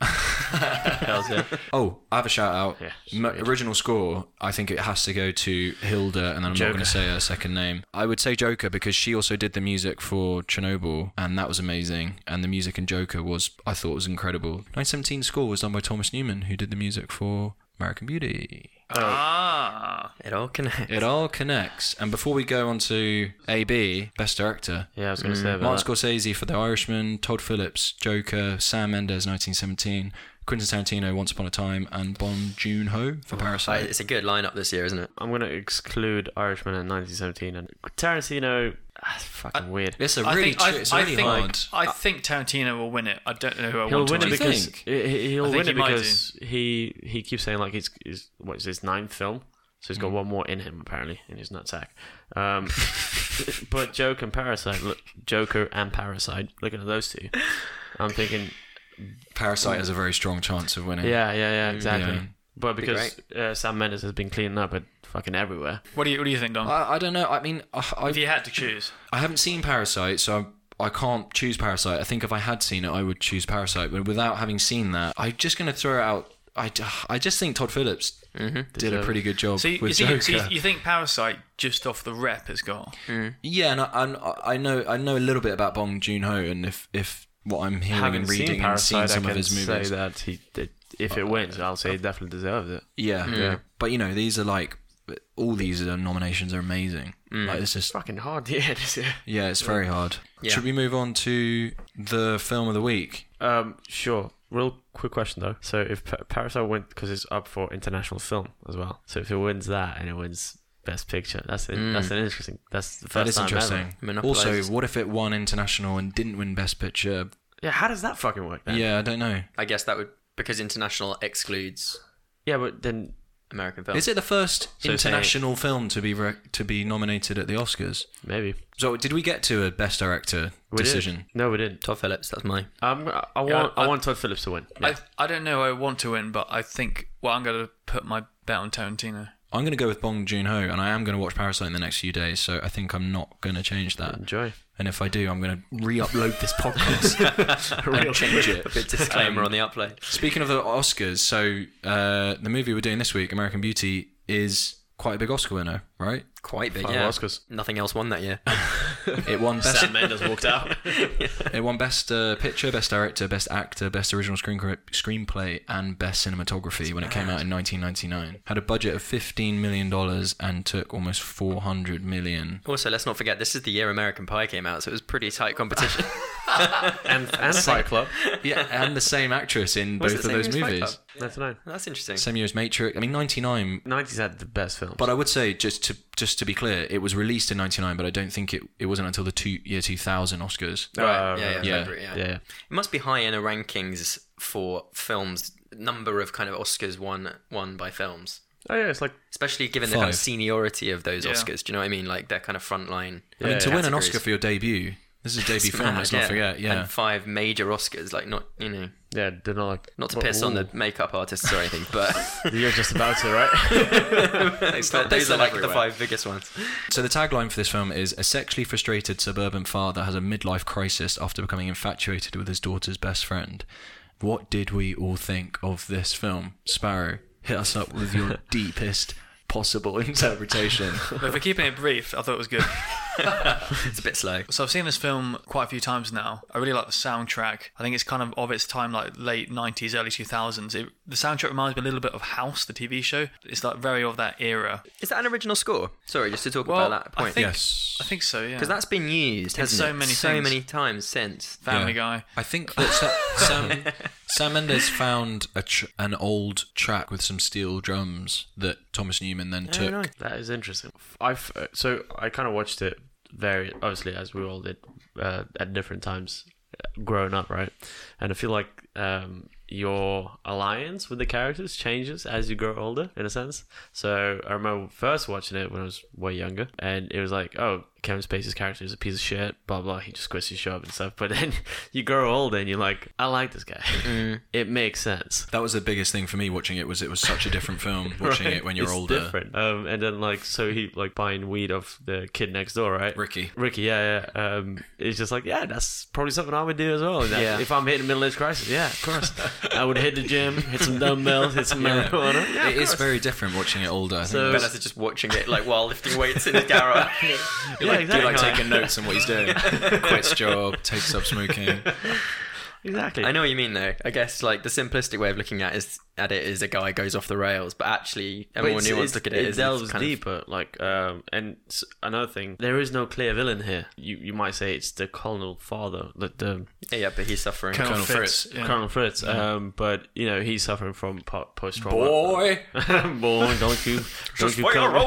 Speaker 2: Hells yeah.
Speaker 1: oh i have a shout out
Speaker 2: Yeah,
Speaker 1: M- original score i think it has to go to hilda and then i'm not going
Speaker 2: Joker.
Speaker 1: to say her second name i would say joker because she also did the music for chernobyl and that was amazing and the music in joker was i thought was incredible 917 score was done by thomas newman who did the music for american beauty
Speaker 4: Ah.
Speaker 3: It all connects.
Speaker 1: it all connects and before we go on to ab best director
Speaker 2: Yeah, I was gonna
Speaker 4: Mm,
Speaker 2: say about
Speaker 1: Martin
Speaker 2: that.
Speaker 1: Scorsese for The Irishman, Todd Phillips, Joker, Sam Mendes, 1917, Quentin Tarantino, Once Upon a Time, and Bong Joon Ho for
Speaker 3: Uh,
Speaker 1: Parasite.
Speaker 3: It's a good lineup this year, isn't it?
Speaker 2: I'm gonna exclude Irishman and 1917 and Tarantino. ah, fucking weird.
Speaker 1: It's a
Speaker 4: I
Speaker 1: really,
Speaker 4: think,
Speaker 1: tri-
Speaker 4: I,
Speaker 1: it's
Speaker 4: I
Speaker 1: really
Speaker 4: think,
Speaker 1: hard.
Speaker 4: I think Tarantino will win it. I don't know who I
Speaker 2: He'll
Speaker 4: want
Speaker 2: win
Speaker 4: to
Speaker 2: it
Speaker 1: do you
Speaker 4: win.
Speaker 2: because
Speaker 1: think?
Speaker 2: he- he- he'll
Speaker 4: I think
Speaker 2: win
Speaker 4: he
Speaker 2: it
Speaker 4: might
Speaker 2: because he he keeps saying like he's, he's what is his ninth film, so he's got
Speaker 4: Mm.
Speaker 2: one more in him apparently in his nutsack. Um, but Joker and Parasite, look, Joker and Parasite. Looking at those two, I'm thinking,
Speaker 1: Parasite has a very strong chance of winning.
Speaker 2: yeah, yeah, yeah, exactly.
Speaker 1: Yeah.
Speaker 2: But because uh, Sam Mendes has been cleaning up at fucking everywhere,
Speaker 4: What do you What do you think, Don?
Speaker 1: I, I don't know. I mean, I,
Speaker 4: if
Speaker 1: I,
Speaker 4: you had to choose,
Speaker 1: I haven't seen Parasite, so I'm, I can't choose Parasite. I think if I had seen it, I would choose Parasite. But without having seen that, I'm just going to throw it out. I, d- I just think Todd Phillips did a pretty good job
Speaker 4: so you, you,
Speaker 1: with
Speaker 4: think,
Speaker 1: Joker.
Speaker 4: so you, you think Parasite just off the rep has got?
Speaker 1: yeah, and I, I'm- I know I know a little bit about Bong Joon Ho, and if if what I'm hearing
Speaker 2: having
Speaker 1: and reading
Speaker 2: seen
Speaker 1: and
Speaker 2: Parasite,
Speaker 1: seen some
Speaker 2: I
Speaker 1: of
Speaker 2: can
Speaker 1: his
Speaker 2: say
Speaker 1: movies,
Speaker 2: that he did. If it wins, I'll say he definitely deserves it.
Speaker 1: yeah,
Speaker 2: Yeah.
Speaker 1: But you know, these are like all these are nominations are amazing.
Speaker 2: Hmm.
Speaker 1: Like it's just
Speaker 2: Fucking hard, yeah. it is, yeah.
Speaker 1: Yeah, it's very hard.
Speaker 3: Yeah.
Speaker 1: Should we move on to the film of the week?
Speaker 2: Um, sure. Real quick question though. So if pa- Parasite wins, because it's up for international film as well. So if it wins that and it wins Best Picture, that's it. That's an interesting. That's the first
Speaker 1: Mm. That is
Speaker 2: time
Speaker 1: interesting.
Speaker 2: ever.
Speaker 1: Also,
Speaker 3: Monopolized.
Speaker 1: what if it won international and didn't win Best Picture?
Speaker 2: Yeah. How does that fucking work then?
Speaker 1: Yeah, I don't know.
Speaker 3: I guess that would because international excludes
Speaker 2: Yeah, but then
Speaker 3: American films.
Speaker 1: Is it the first
Speaker 2: Oh. So it's
Speaker 1: international film to be re- to be nominated at the Oscars?
Speaker 2: maybe
Speaker 1: So, did we get to a Best Director
Speaker 2: we
Speaker 1: decision?
Speaker 2: Didn't. No, we didn't.
Speaker 3: Todd Phillips, that's mine.
Speaker 2: Um, I- I want I, want Todd Phillips to win. Yeah.
Speaker 4: I I don't know. who I want to win, but I think well, I'm going to put my bet on Tarantino.
Speaker 1: I'm going to go with Bong Joon Ho, and I am going to watch Parasite in the next few days, so I think I'm not going to change that.
Speaker 2: Enjoy.
Speaker 1: And if I do, I'm going to re upload this podcast.
Speaker 3: and change it. Um, A bit disclaimer on the upload.
Speaker 1: Speaking of the Oscars, so uh, the movie we're doing this week, American Beauty, is quite a big Oscar winner, right?
Speaker 3: Quite big,
Speaker 2: Five
Speaker 3: yeah.
Speaker 2: Oscars.
Speaker 3: Nothing else won that year.
Speaker 1: It won best.
Speaker 2: Sam Mendes walked out.
Speaker 1: It won best uh, picture, best director, best actor, best original screen screenplay, and best cinematography when it came out in 1999. Had a budget of 15 million dollars and took almost 400 million.
Speaker 3: also, let's not forget, this is the year American Pie came out, so it was pretty tight competition.
Speaker 2: and and Fight Club.
Speaker 1: Yeah, and the same actress in
Speaker 3: Was
Speaker 1: both
Speaker 3: it
Speaker 1: of
Speaker 3: the
Speaker 1: those
Speaker 3: same as Fight
Speaker 1: movies.
Speaker 3: Club?
Speaker 2: That's nine.
Speaker 3: That's interesting.
Speaker 1: Same year as Matrix. I mean, 99
Speaker 2: Nineties had the best films.
Speaker 1: But I would say just to just to be clear, it was released in '99, but I don't think it, it wasn't until the two year 2000 Oscars.
Speaker 3: Right,
Speaker 2: Uh,
Speaker 3: yeah, yeah,
Speaker 1: um, yeah,
Speaker 3: remember it, yeah.
Speaker 2: yeah.
Speaker 3: It must be high in the rankings for films, number of kind of Oscars won won by films,
Speaker 2: Oh yeah, it's like
Speaker 3: especially given the kind of
Speaker 1: Five.
Speaker 3: seniority of those
Speaker 4: Yeah.
Speaker 3: Oscars. Do you know what I mean? Like they're kind of frontline.
Speaker 1: I mean, to win an
Speaker 3: Categories.
Speaker 1: Oscar for your debut, this is a debut film. let's not forget. Yeah,
Speaker 3: and five major Oscars. Like not you know
Speaker 2: yeah, they're not like
Speaker 3: not to
Speaker 2: Well,
Speaker 3: piss on
Speaker 2: ooh.
Speaker 3: the makeup artists or anything, but,
Speaker 2: You're just about to, right?
Speaker 3: but those are
Speaker 1: pissing
Speaker 3: like the
Speaker 1: everywhere.
Speaker 3: five biggest ones.
Speaker 1: So the tagline for this film is a sexually frustrated suburban father has a midlife crisis after becoming infatuated with his daughter's best friend. What did we all think of this film? Sparrow, hit us up with your deepest possible interpretation.
Speaker 4: But if we're keeping it brief, I thought it was good.
Speaker 3: It's a bit slow.
Speaker 4: So I've seen this film quite a few times now. I really like the soundtrack. I think it's kind of of its time, like late '90s, early 2000s. It, the soundtrack reminds me a little bit of House, the TV show. It's like very of that era.
Speaker 3: Is that an original score? Sorry, just to talk
Speaker 4: Well,
Speaker 3: about that
Speaker 4: I
Speaker 3: point.
Speaker 4: think-
Speaker 1: yes.
Speaker 4: I think so, yeah.
Speaker 3: because that's been used hasn't
Speaker 4: so
Speaker 3: it?
Speaker 4: many
Speaker 3: so
Speaker 4: things.
Speaker 3: many times since.
Speaker 4: Family Guy.
Speaker 1: I think that Sa- Sam, Sam Mendes found a tr- an old track with some steel drums that Thomas Newman then took.
Speaker 2: that is interesting. I've uh, so I kind of watched it very obviously as we all did uh, at different times uh, growing up, right? And I feel like um, your alliance with the characters changes as you grow older, in a sense. So I remember first watching it when I was way younger, and it was like, oh, Kevin Spacey's character is a piece of shit, blah blah. He just quits his job and stuff. But then you grow older, and you're like, I like this guy. It makes sense.
Speaker 1: That was the biggest thing for me watching it was it was such a different film watching
Speaker 2: Right.
Speaker 1: it when you're
Speaker 2: It's
Speaker 1: older.
Speaker 2: Different. Um, and then like so he like buying weed off the kid next door, right?
Speaker 1: Ricky.
Speaker 2: Ricky, yeah, yeah. Um, it's just like yeah, that's probably something I would do as well. That-
Speaker 3: Yeah.
Speaker 2: If I'm hitting middle age crisis, yeah, of course, I would hit the gym, hit some dumbbells, hit some marijuana. Yeah,
Speaker 1: it is very different watching it older. I think
Speaker 2: So-
Speaker 3: Better to just watching it like while lifting weights in the garage.
Speaker 2: yeah,
Speaker 1: He,
Speaker 2: exactly.
Speaker 1: like taking notes on what he's doing. Quits job, takes up smoking.
Speaker 2: exactly.
Speaker 3: I know what you mean though. I guess like the simplistic way of looking at is at it is a guy goes off the rails, but actually
Speaker 2: But
Speaker 3: a more
Speaker 2: it's-
Speaker 3: nuanced
Speaker 2: it's-
Speaker 3: look at it
Speaker 2: It
Speaker 3: is
Speaker 2: delves
Speaker 3: kind of-
Speaker 2: deeper, like, um, and s- another thing, there is no clear villain here. You you might say it's the colonel father, the, the
Speaker 3: yeah, yeah, but he's suffering.
Speaker 4: Colonel,
Speaker 1: Colonel
Speaker 4: Fritz. yeah.
Speaker 2: Colonel Fritz. Um, but you know he's suffering from post trauma.
Speaker 1: Boy,
Speaker 2: boy, don't you, don't you come.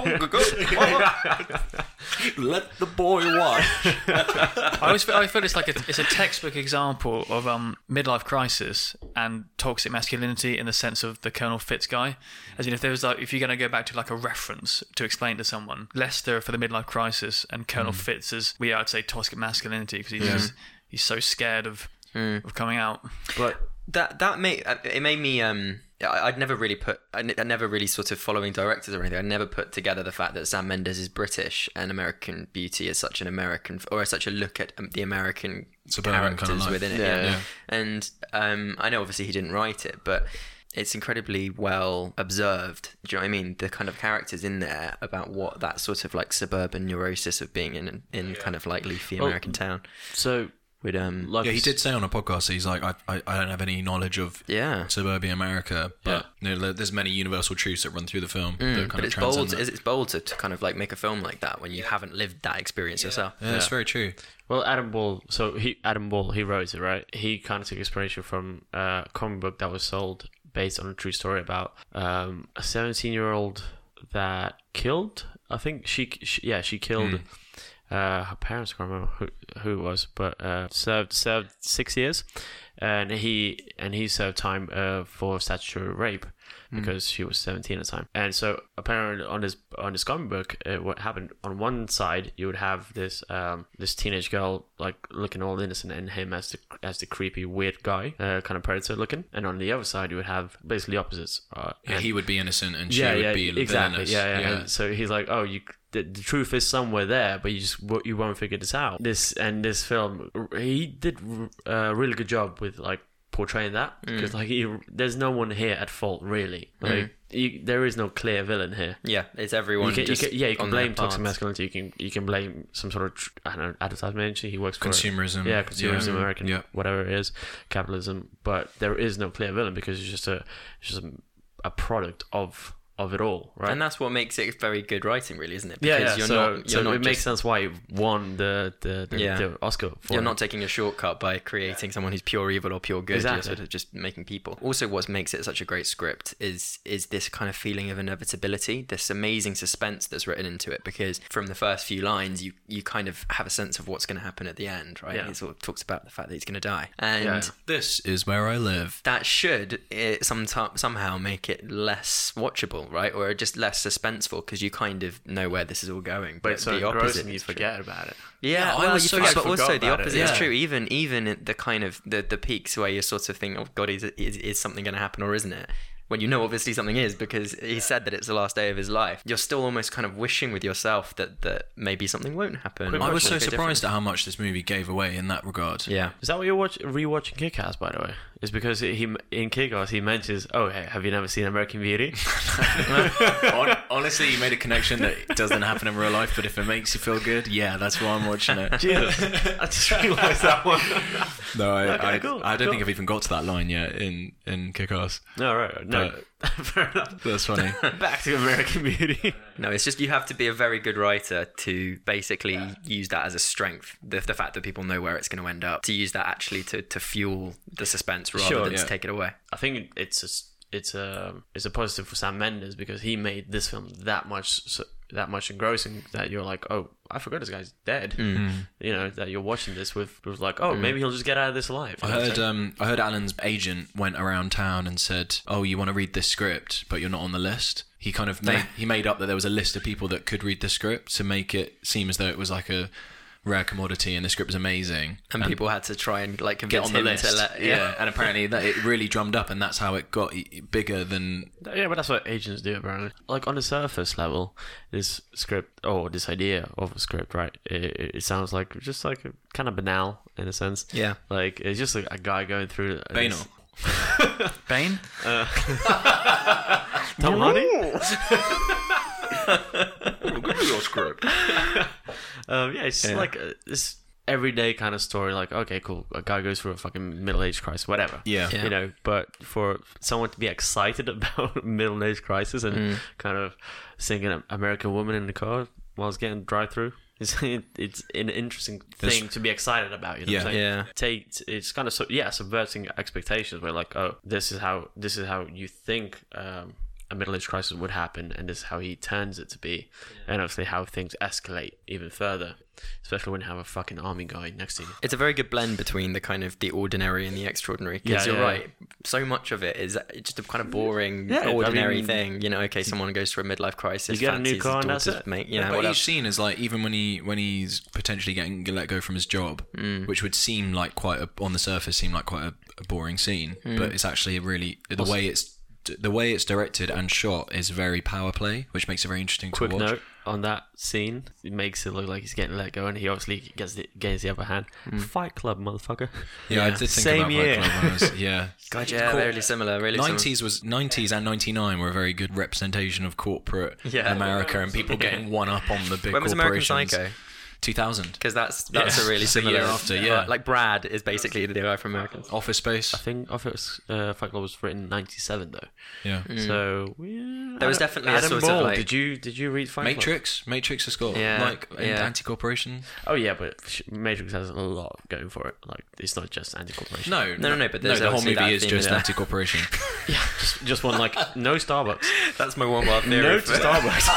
Speaker 1: let the boy watch.
Speaker 4: I always feel, I feel it's like a, it's a textbook example of um, midlife crisis and toxic masculinity in the sense of the Colonel Fitz guy. As in, if there was like, if you're going to go back to like a reference to explain to someone, Lester for the midlife crisis and Colonel Fitz is we I'd say toxic masculinity because he's just, he's so scared of of coming out.
Speaker 2: But
Speaker 3: That that made it made me. Um, I, I'd never really put. I, ne- I never really sort of following directors or anything. I never put together the fact that Sam Mendes is British and American Beauty is such an American or such a look at um, the American
Speaker 1: Suburban kind of
Speaker 3: characters
Speaker 1: life.
Speaker 3: within it.
Speaker 2: Yeah,
Speaker 3: Yeah,
Speaker 2: yeah.
Speaker 3: and um, I know obviously he didn't write it, but. It's incredibly well observed. Do you know what I mean? The kind of characters in there about what that sort of like suburban neurosis of being in in kind of like leafy American town
Speaker 2: so,
Speaker 3: would um
Speaker 2: like,
Speaker 1: Yeah, he did say on a podcast he's like, I, I, I don't have any knowledge of
Speaker 3: yeah.
Speaker 1: suburban America, but you know, there's many universal truths that run through the film.
Speaker 2: Mm,
Speaker 1: that kind
Speaker 3: Mm, but
Speaker 1: of
Speaker 3: it's
Speaker 1: transcend
Speaker 3: bold.
Speaker 1: that.
Speaker 3: It's it's bold to, to kind of like make a film like that when you haven't lived that experience yourself.
Speaker 1: Yeah, that's very true.
Speaker 2: Well, Adam Ball. So he, Adam Ball, he wrote it, right? He kind of took inspiration from uh, a comic book that was sold based on a true story about um, a
Speaker 1: Hmm.
Speaker 2: 17 year old that killed. I think she, she yeah, she killed uh, her parents can't remember who, who it was, but uh, served served six years, and he and he served time uh, for statutory rape because she was seventeen at the time. And so apparently on his on his comic book, uh, what happened on one side you would have this um, this teenage girl like looking all innocent, and him as the as the creepy weird guy, uh, kind of predator looking, and on the other side you would have basically opposites. Uh,
Speaker 1: Yeah,
Speaker 2: and-
Speaker 1: he would be innocent and she would be
Speaker 2: exactly.
Speaker 1: villainous.
Speaker 2: Yeah, yeah. And so he's like, oh, you. The, the truth is somewhere there, but you just wo- you won't figure this out. This and this film, r- he did r- a really good job with like portraying that because like he, there's no one here at fault really. Like you, there is no clear villain here.
Speaker 3: Yeah, it's everyone.
Speaker 2: You can, you
Speaker 3: just
Speaker 2: can, yeah, you can
Speaker 3: on their
Speaker 2: blame toxic
Speaker 3: paths.
Speaker 2: masculinity. You can you can blame some sort of tr- I don't know advertisement agency. He works for
Speaker 1: Consumerism.
Speaker 2: yeah, consumerism,
Speaker 1: Mm. Yeah.
Speaker 2: American,
Speaker 1: Yeah.
Speaker 2: whatever it is, capitalism. But there is no clear villain because it's just a it's just a, a product of of it all, right?
Speaker 3: And that's what makes it very good writing, really, isn't it?
Speaker 2: yeah,
Speaker 3: Because
Speaker 2: yeah.
Speaker 3: You're
Speaker 2: so
Speaker 3: not, you're
Speaker 2: so
Speaker 3: not
Speaker 2: it
Speaker 3: just,
Speaker 2: makes sense why it won the the, the,
Speaker 3: Yeah.
Speaker 2: the Oscar for
Speaker 3: You're
Speaker 2: it.
Speaker 3: not taking a shortcut by creating someone who's pure evil or pure good.
Speaker 2: Exactly.
Speaker 3: You're sort of just making people. Also, what makes it such a great script is is this kind of feeling of inevitability, this amazing suspense that's written into it. Because from the first few lines, you you kind of have a sense of what's going to happen at the end, right?
Speaker 2: Yeah.
Speaker 3: It sort of talks about the fact that he's going to die, and
Speaker 2: Yeah.
Speaker 1: This is where I live.
Speaker 3: that should it, sometime, somehow make it less watchable, right? Or just less suspenseful because you kind of know where this is all going.
Speaker 2: but it's so gross and you
Speaker 3: is true.
Speaker 2: forget about it.
Speaker 3: Yeah,
Speaker 1: Yeah, I
Speaker 3: well,
Speaker 1: was
Speaker 3: you
Speaker 1: so-
Speaker 3: forget,
Speaker 1: I
Speaker 3: but
Speaker 2: forgot
Speaker 3: also the
Speaker 2: about it,
Speaker 3: opposite
Speaker 1: yeah.
Speaker 3: is true. Even even at the kind of the, the peaks where you're sort of thinking, oh god, is, is is something going to happen or isn't it? When you know obviously something is because he said that it's the last day of his life, you're still almost kind of wishing with yourself that that maybe something won't happen. or
Speaker 1: I was
Speaker 3: it'll
Speaker 1: so
Speaker 3: go different.
Speaker 1: surprised at how much this movie gave away in that regard.
Speaker 3: Yeah.
Speaker 2: Is that what you're watch, rewatching Kick-Ass, by the way? Is because he in Kick-Ass he mentions, oh, hey, have you never seen American Beauty?
Speaker 1: Hon- Honestly, you made a connection that doesn't happen in real life, but if it makes you feel good, yeah, that's why I'm watching it.
Speaker 2: Jesus, I just realised that one.
Speaker 1: No, I,
Speaker 2: Okay,
Speaker 1: I,
Speaker 2: cool,
Speaker 1: I don't
Speaker 2: cool.
Speaker 1: think I've even got to that line yet in in Kick Ass.
Speaker 2: No, right, no, fair enough.
Speaker 1: That's funny.
Speaker 2: Back to American Beauty.
Speaker 3: No, it's just you have to be a very good writer to basically use that as a strength. The, the fact that people know where it's going to end up, to use that actually to, to fuel the suspense rather
Speaker 2: Sure,
Speaker 3: than
Speaker 1: yeah.
Speaker 3: to take it away.
Speaker 2: I think it's a, it's a it's a positive for Sam Mendes because he made this film that much so, that much engrossing that you're like, oh, I forgot this guy's dead.
Speaker 1: Mm.
Speaker 2: You know that you're watching this with with like, oh, maybe he'll just get out of this alive.
Speaker 1: I heard um, I heard Alan's agent went around town and said, "Oh, you want to read this script, but you're not on the list." He kind of made, he made up that there was a list of people that could read the script to make it seem as though it was like a rare commodity and the script was amazing.
Speaker 3: And, people had to try and like
Speaker 1: Get
Speaker 3: convince
Speaker 1: on the
Speaker 3: him
Speaker 1: list,
Speaker 3: to let,
Speaker 1: yeah. And apparently, that it really drummed up, and that's how it got e- bigger than
Speaker 2: yeah, but that's what agents do apparently. Like on the surface level, this script or this idea of a script, right? It, it sounds like just like kind of banal in a sense.
Speaker 3: Yeah.
Speaker 2: Like it's just like a guy going through this-
Speaker 1: Banal.
Speaker 4: Bane?
Speaker 2: Tom Hardy? Um, yeah, it's just like a, this everyday kind of story. Like, okay, cool, a guy goes through a fucking middle-aged crisis, whatever.
Speaker 1: Yeah.
Speaker 3: Yeah.
Speaker 2: You know, but for someone to be excited about middle-aged crisis and kind of seeing an American woman in the car whilst getting drive-through. It's, it's an interesting thing to be excited about. You know
Speaker 1: Yeah.
Speaker 2: what I'm saying?
Speaker 3: Yeah.
Speaker 2: Take it's kind of sub- yeah subverting expectations. Where like oh this is how this is how you think um, a middle age crisis would happen, and this is how he turns it to be, and obviously how things escalate even further, especially when you have a fucking army guy next to you.
Speaker 3: It's a very good blend between the kind of the ordinary and the extraordinary.
Speaker 2: Yeah,
Speaker 3: Because you're
Speaker 2: yeah.
Speaker 3: right. So much of it is uh, just a kind of boring,
Speaker 2: Yeah, I
Speaker 3: ordinary
Speaker 2: mean-
Speaker 3: thing. You know, okay, someone goes through a midlife crisis,
Speaker 2: You get a new
Speaker 3: fancies his
Speaker 2: car and that's
Speaker 3: daughter's
Speaker 2: it.
Speaker 3: mate, you know,
Speaker 1: but
Speaker 3: whatever.
Speaker 1: each scene is like even when he when he's potentially getting let go from his job,
Speaker 3: Hmm.
Speaker 1: which would seem like quite a, on the surface seem like quite a, a boring scene,
Speaker 3: Hmm.
Speaker 1: but it's actually a really the way it's the way it's directed and shot is very power play, which makes it very interesting
Speaker 2: Quick
Speaker 1: to watch.
Speaker 2: note on that scene, it makes it look like he's getting let go, and he obviously gets the, gains the upper hand. Fight Club, motherfucker.
Speaker 1: Yeah, I did think
Speaker 2: Same
Speaker 1: about
Speaker 2: year.
Speaker 1: Fight Club when I was- yeah.
Speaker 3: God, yeah, really similar, really similar.
Speaker 1: 90s was 90s and 99 were a very good representation of corporate
Speaker 3: Yeah.
Speaker 1: America and people getting one up on the big
Speaker 3: When was American
Speaker 1: corporations.
Speaker 3: Psycho?
Speaker 1: 2000.
Speaker 3: Because that's that's
Speaker 1: Yeah.
Speaker 3: a really
Speaker 1: It's the
Speaker 3: similar Uh,
Speaker 1: year after, yeah.
Speaker 3: Like Brad is basically the guy from Americans.
Speaker 1: Office Space.
Speaker 2: I think I thought it was, uh, Fight Club was written in '97 though.
Speaker 1: Yeah.
Speaker 2: Hmm.
Speaker 3: Hmm.
Speaker 2: So yeah,
Speaker 3: There was
Speaker 2: Adam-
Speaker 3: definitely a
Speaker 2: Adam
Speaker 3: sort of,
Speaker 2: Ball.
Speaker 3: like-
Speaker 2: Did you did you read Fight Club?
Speaker 1: Matrix. Matrix has got
Speaker 3: Yeah,
Speaker 1: like
Speaker 3: yeah.
Speaker 1: anti corporation.
Speaker 2: Oh yeah, but sh- Matrix has a lot going for it. Like it's not just anti-corporation.
Speaker 1: No,
Speaker 3: no, no, but there's
Speaker 1: the whole
Speaker 3: obviously
Speaker 1: movie
Speaker 3: that
Speaker 1: is
Speaker 3: theme
Speaker 1: just
Speaker 3: in it.
Speaker 1: anti corporation.
Speaker 2: yeah, just, just one like no Starbucks,
Speaker 3: That's my warm up theory.
Speaker 2: no to
Speaker 3: for-
Speaker 2: Starbucks.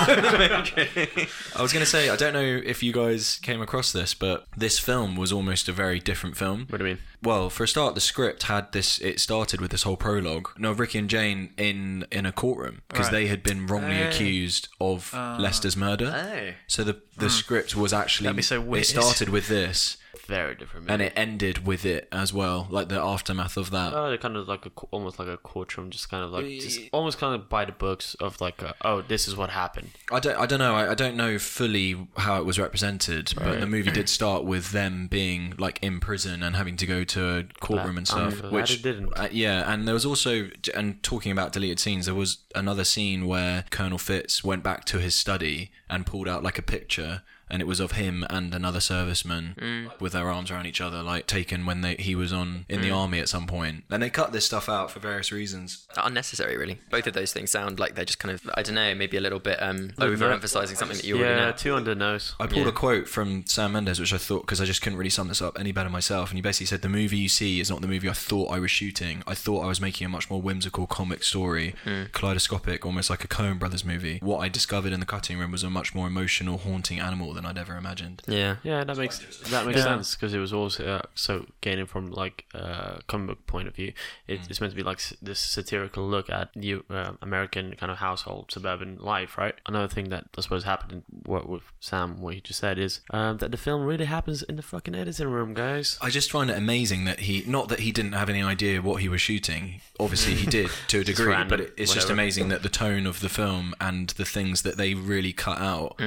Speaker 1: I was gonna say I don't know if you guys s- came across this, but this film was almost a very different film.
Speaker 2: What do you mean?
Speaker 1: Well, for a start, the script had this. It started with this whole prologue. No, Ricky and Jane in in a courtroom because
Speaker 4: Right.
Speaker 1: they had been wrongly
Speaker 3: Oh.
Speaker 1: accused of Lester's murder.
Speaker 3: Oh.
Speaker 1: So the the script was actually
Speaker 4: That'd be so weird.
Speaker 1: it started with this
Speaker 2: Very different.
Speaker 1: and
Speaker 2: movie.
Speaker 1: it ended with it as well, like the aftermath of that.
Speaker 2: Oh, they're kind of like a, co- almost like a courtroom, just kind of like, just almost kind of by the books of like, uh oh, this is what happened.
Speaker 1: I don't, I don't know. I, I don't know fully how it was represented, but the movie did start with them being like in prison and having to go to a courtroom and
Speaker 2: Glad-
Speaker 1: stuff.
Speaker 2: I'm glad
Speaker 1: which
Speaker 2: it didn't.
Speaker 1: Uh, yeah, and there was also and talking about deleted scenes. There was another scene where Colonel Fitz went back to his study and pulled out like a picture. And it was of him and another serviceman
Speaker 2: Mm.
Speaker 1: with their arms around each other, like taken when they, he was on in the army at some point. And they cut this stuff out for various reasons.
Speaker 3: Unnecessary, really. Both of those things sound like they're just kind of, I don't know, maybe a little bit um,
Speaker 2: Little bit.
Speaker 3: overemphasizing something that you already
Speaker 2: yeah,
Speaker 3: know.
Speaker 2: two on the nose.
Speaker 1: I pulled
Speaker 3: Yeah.
Speaker 1: a quote from Sam Mendes, which I thought because I just couldn't really sum this up any better myself, and he basically said, "The movie you see is not the movie I thought I was shooting. I thought I was making a much more whimsical comic story, kaleidoscopic, almost like a Coen Brothers movie. What I discovered in the cutting room was a much more emotional, haunting animal than I'd ever imagined."
Speaker 3: Yeah.
Speaker 2: Yeah, that makes that makes
Speaker 4: Yeah.
Speaker 2: sense because it was also uh, so gaining from like uh, comic book point of view. It, It's meant to be like s- this satirical look at you uh, American kind of household suburban life, right? Another thing that I suppose happened in what with Sam, what he just said is um, that the film really happens in the fucking editing room, guys.
Speaker 1: I just find it amazing that he, not that he didn't have any idea what he was shooting. Obviously, he did to a degree,
Speaker 2: random,
Speaker 1: but it, it's just
Speaker 2: whatever.
Speaker 1: amazing that the tone of the film and the things that they really cut out.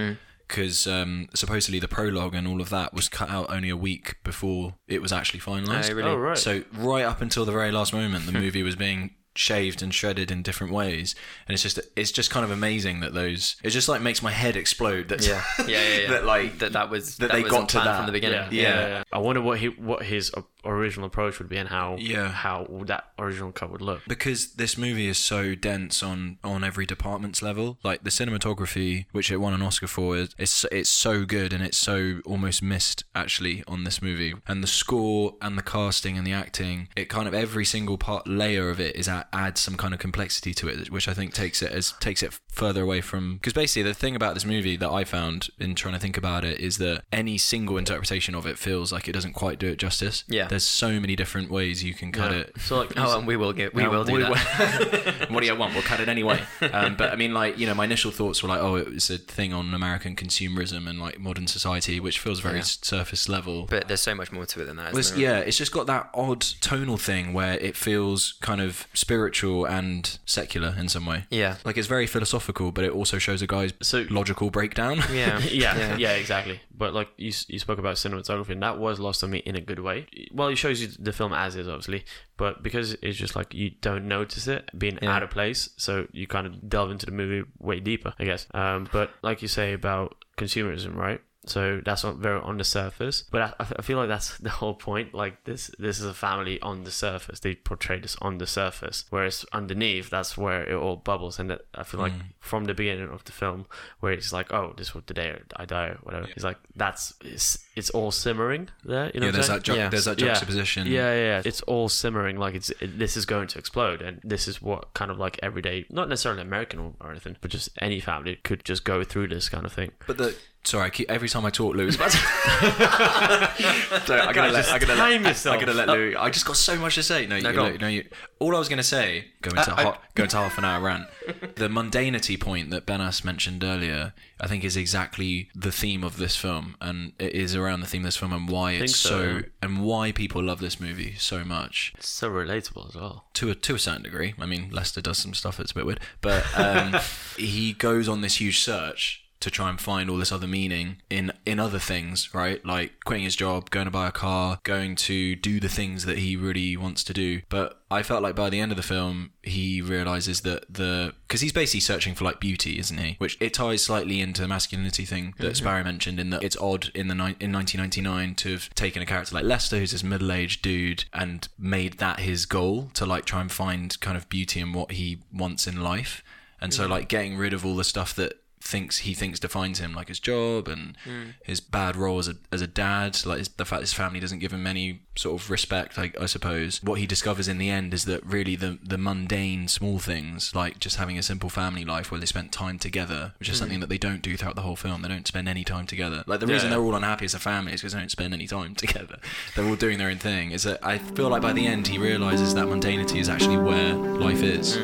Speaker 1: Because um, supposedly the prologue and all of that was cut out only a week before it was actually finalized.
Speaker 3: Oh, really?
Speaker 2: Oh, right.
Speaker 1: So right up until the very last moment, the movie was being shaved and shredded in different ways, and it's just it's just kind of amazing that those. It just like makes my head explode. That
Speaker 3: Yeah. Yeah, yeah, yeah.
Speaker 1: that like
Speaker 3: That that was
Speaker 1: that
Speaker 3: that
Speaker 1: they
Speaker 3: was
Speaker 1: got
Speaker 3: on
Speaker 1: to
Speaker 3: plan
Speaker 1: that.
Speaker 3: from the beginning.
Speaker 2: Yeah.
Speaker 1: Yeah.
Speaker 2: I wonder what he what his o- original approach would be and how
Speaker 1: Yeah.
Speaker 2: how that original cut would look.
Speaker 1: because this movie is so dense on on every department's level like the cinematography which it won an oscar for is it's it's so good and it's so almost missed actually on this movie and the score and the casting and the acting it kind of every single part layer of it is that adds some kind of complexity to it which i think takes it as takes it further away from because basically the thing about this movie that i found in trying to think about it is that any single interpretation of it feels like it doesn't quite do it justice
Speaker 3: Yeah.
Speaker 1: there's so many different ways you can cut
Speaker 2: Yeah.
Speaker 1: it
Speaker 2: So like
Speaker 3: Oh, and we will get we will do that.
Speaker 1: will. what do you want? We'll cut it anyway. Um, but I mean, like you know, my initial thoughts were like, oh, it was a thing on American consumerism and like modern society, which feels very
Speaker 3: Yeah.
Speaker 1: s surface level.
Speaker 3: But there's so much more to it than that.
Speaker 1: Well,
Speaker 3: Isn't
Speaker 1: it's-
Speaker 3: there?
Speaker 1: yeah, it's just got that odd tonal thing where it feels kind of spiritual and secular in some way.
Speaker 3: Yeah.
Speaker 1: Like it's very philosophical, but it also shows a guy's
Speaker 2: So-
Speaker 1: logical breakdown.
Speaker 3: Yeah.
Speaker 2: yeah, yeah, exactly. But like you, s- you spoke about cinematography, and that was lost on me in a good way. Well, it shows you the film as is, obviously, but because it's just like you don't notice it being out of place, so you kind of delve into the movie way deeper, I guess. Um, but like you say about consumerism, right? So that's not very on the surface, but I- I, f- I feel like that's the whole point. Like this, this is a family on the surface. They portray this on the surface, whereas underneath, that's where it all bubbles. And that I feel like
Speaker 1: Mm.
Speaker 2: from the beginning of the film, where it's like, oh, this was the day I die, or whatever. It's like that's it's, it's all simmering there. You
Speaker 1: Yeah,
Speaker 2: know, what I'm
Speaker 1: there's
Speaker 2: saying?
Speaker 1: that, ju-
Speaker 3: Yeah.
Speaker 1: there's that
Speaker 2: Yeah.
Speaker 1: juxtaposition.
Speaker 2: Yeah, yeah, yeah. It's all simmering. Like it's it, this is going to explode, and this is what kind of like everyday, not necessarily American or, or anything, but just any family could just go through this kind of thing.
Speaker 1: But the sorry, I keep, every time I talk, Louis. About to... Sorry, I'm
Speaker 2: Guys,
Speaker 1: gonna let
Speaker 2: just
Speaker 1: I'm gonna
Speaker 2: time
Speaker 1: let,
Speaker 2: yourself.
Speaker 1: I'm gonna let Louis. I just got so much to say. No, you,
Speaker 3: go on.
Speaker 1: Louis, no, you. All I was gonna say, go into
Speaker 3: I-
Speaker 1: hot, go into half an hour rant. The mundanity point that Benas mentioned earlier, I think, is exactly the theme of this film, and it is around the theme of this film and why it's
Speaker 2: so,
Speaker 1: so
Speaker 2: yeah.
Speaker 1: and why people love this movie so much
Speaker 2: It's so relatable as well.
Speaker 1: to a to a certain degree. I mean, Lester does some stuff that's a bit weird, but um, he goes on this huge search to try and find all this other meaning in in other things, right? Like quitting his job, going to buy a car, going to do the things that he really wants to do. But I felt like by the end of the film, he realizes that the because he's basically searching for like beauty, isn't he? Which it ties slightly into the masculinity thing that Sparrow mentioned in that it's odd in the ni- in 1999 to have taken a character like Lester, who's this middle-aged dude, and made that his goal to like try and find kind of beauty in what he wants in life, and so like getting rid of all the stuff that thinks he thinks defines him, like his job and his bad role as a, as a dad, like his, the fact his family doesn't give him any sort of respect. Like I suppose what he discovers in the end is that really the the mundane small things, like just having a simple family life where they spent time together, which is something that they don't do throughout the whole film. They don't spend any time together. Like the reason
Speaker 2: Yeah.
Speaker 1: they're all unhappy as a family is because they don't spend any time together. They're all doing their own thing. Is that I feel like by the end he realizes that mundanity is actually where life is.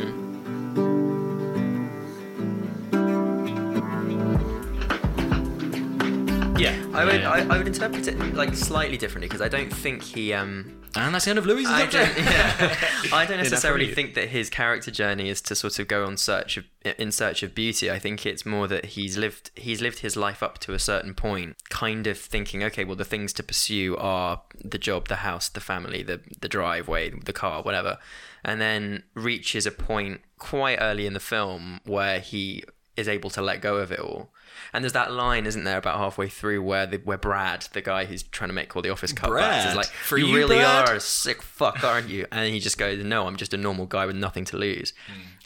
Speaker 2: Yeah,
Speaker 3: I would,
Speaker 2: yeah.
Speaker 3: I, I would interpret it like slightly differently because I don't think he um,
Speaker 1: And that's the end of Louis's
Speaker 3: I
Speaker 1: episode.
Speaker 3: don't, yeah. I don't necessarily
Speaker 2: you.
Speaker 3: think that his character journey is to sort of go on search of in search of beauty. I think it's more that he's lived he's lived his life up to a certain point, kind of thinking, okay, well the things to pursue are the job, the house, the family, the the driveway, the car, whatever. And then reaches a point quite early in the film where he is able to let go of it all. And there's that line, isn't there, about halfway through where the, where Brad, the guy who's trying to make all the office cutbacks,
Speaker 1: Brad.
Speaker 3: is like,
Speaker 1: For
Speaker 3: "You
Speaker 1: you,
Speaker 3: really
Speaker 1: Brad?"
Speaker 3: are a sick fuck, aren't you?" And he just goes, "No, I'm just a normal guy with nothing to lose."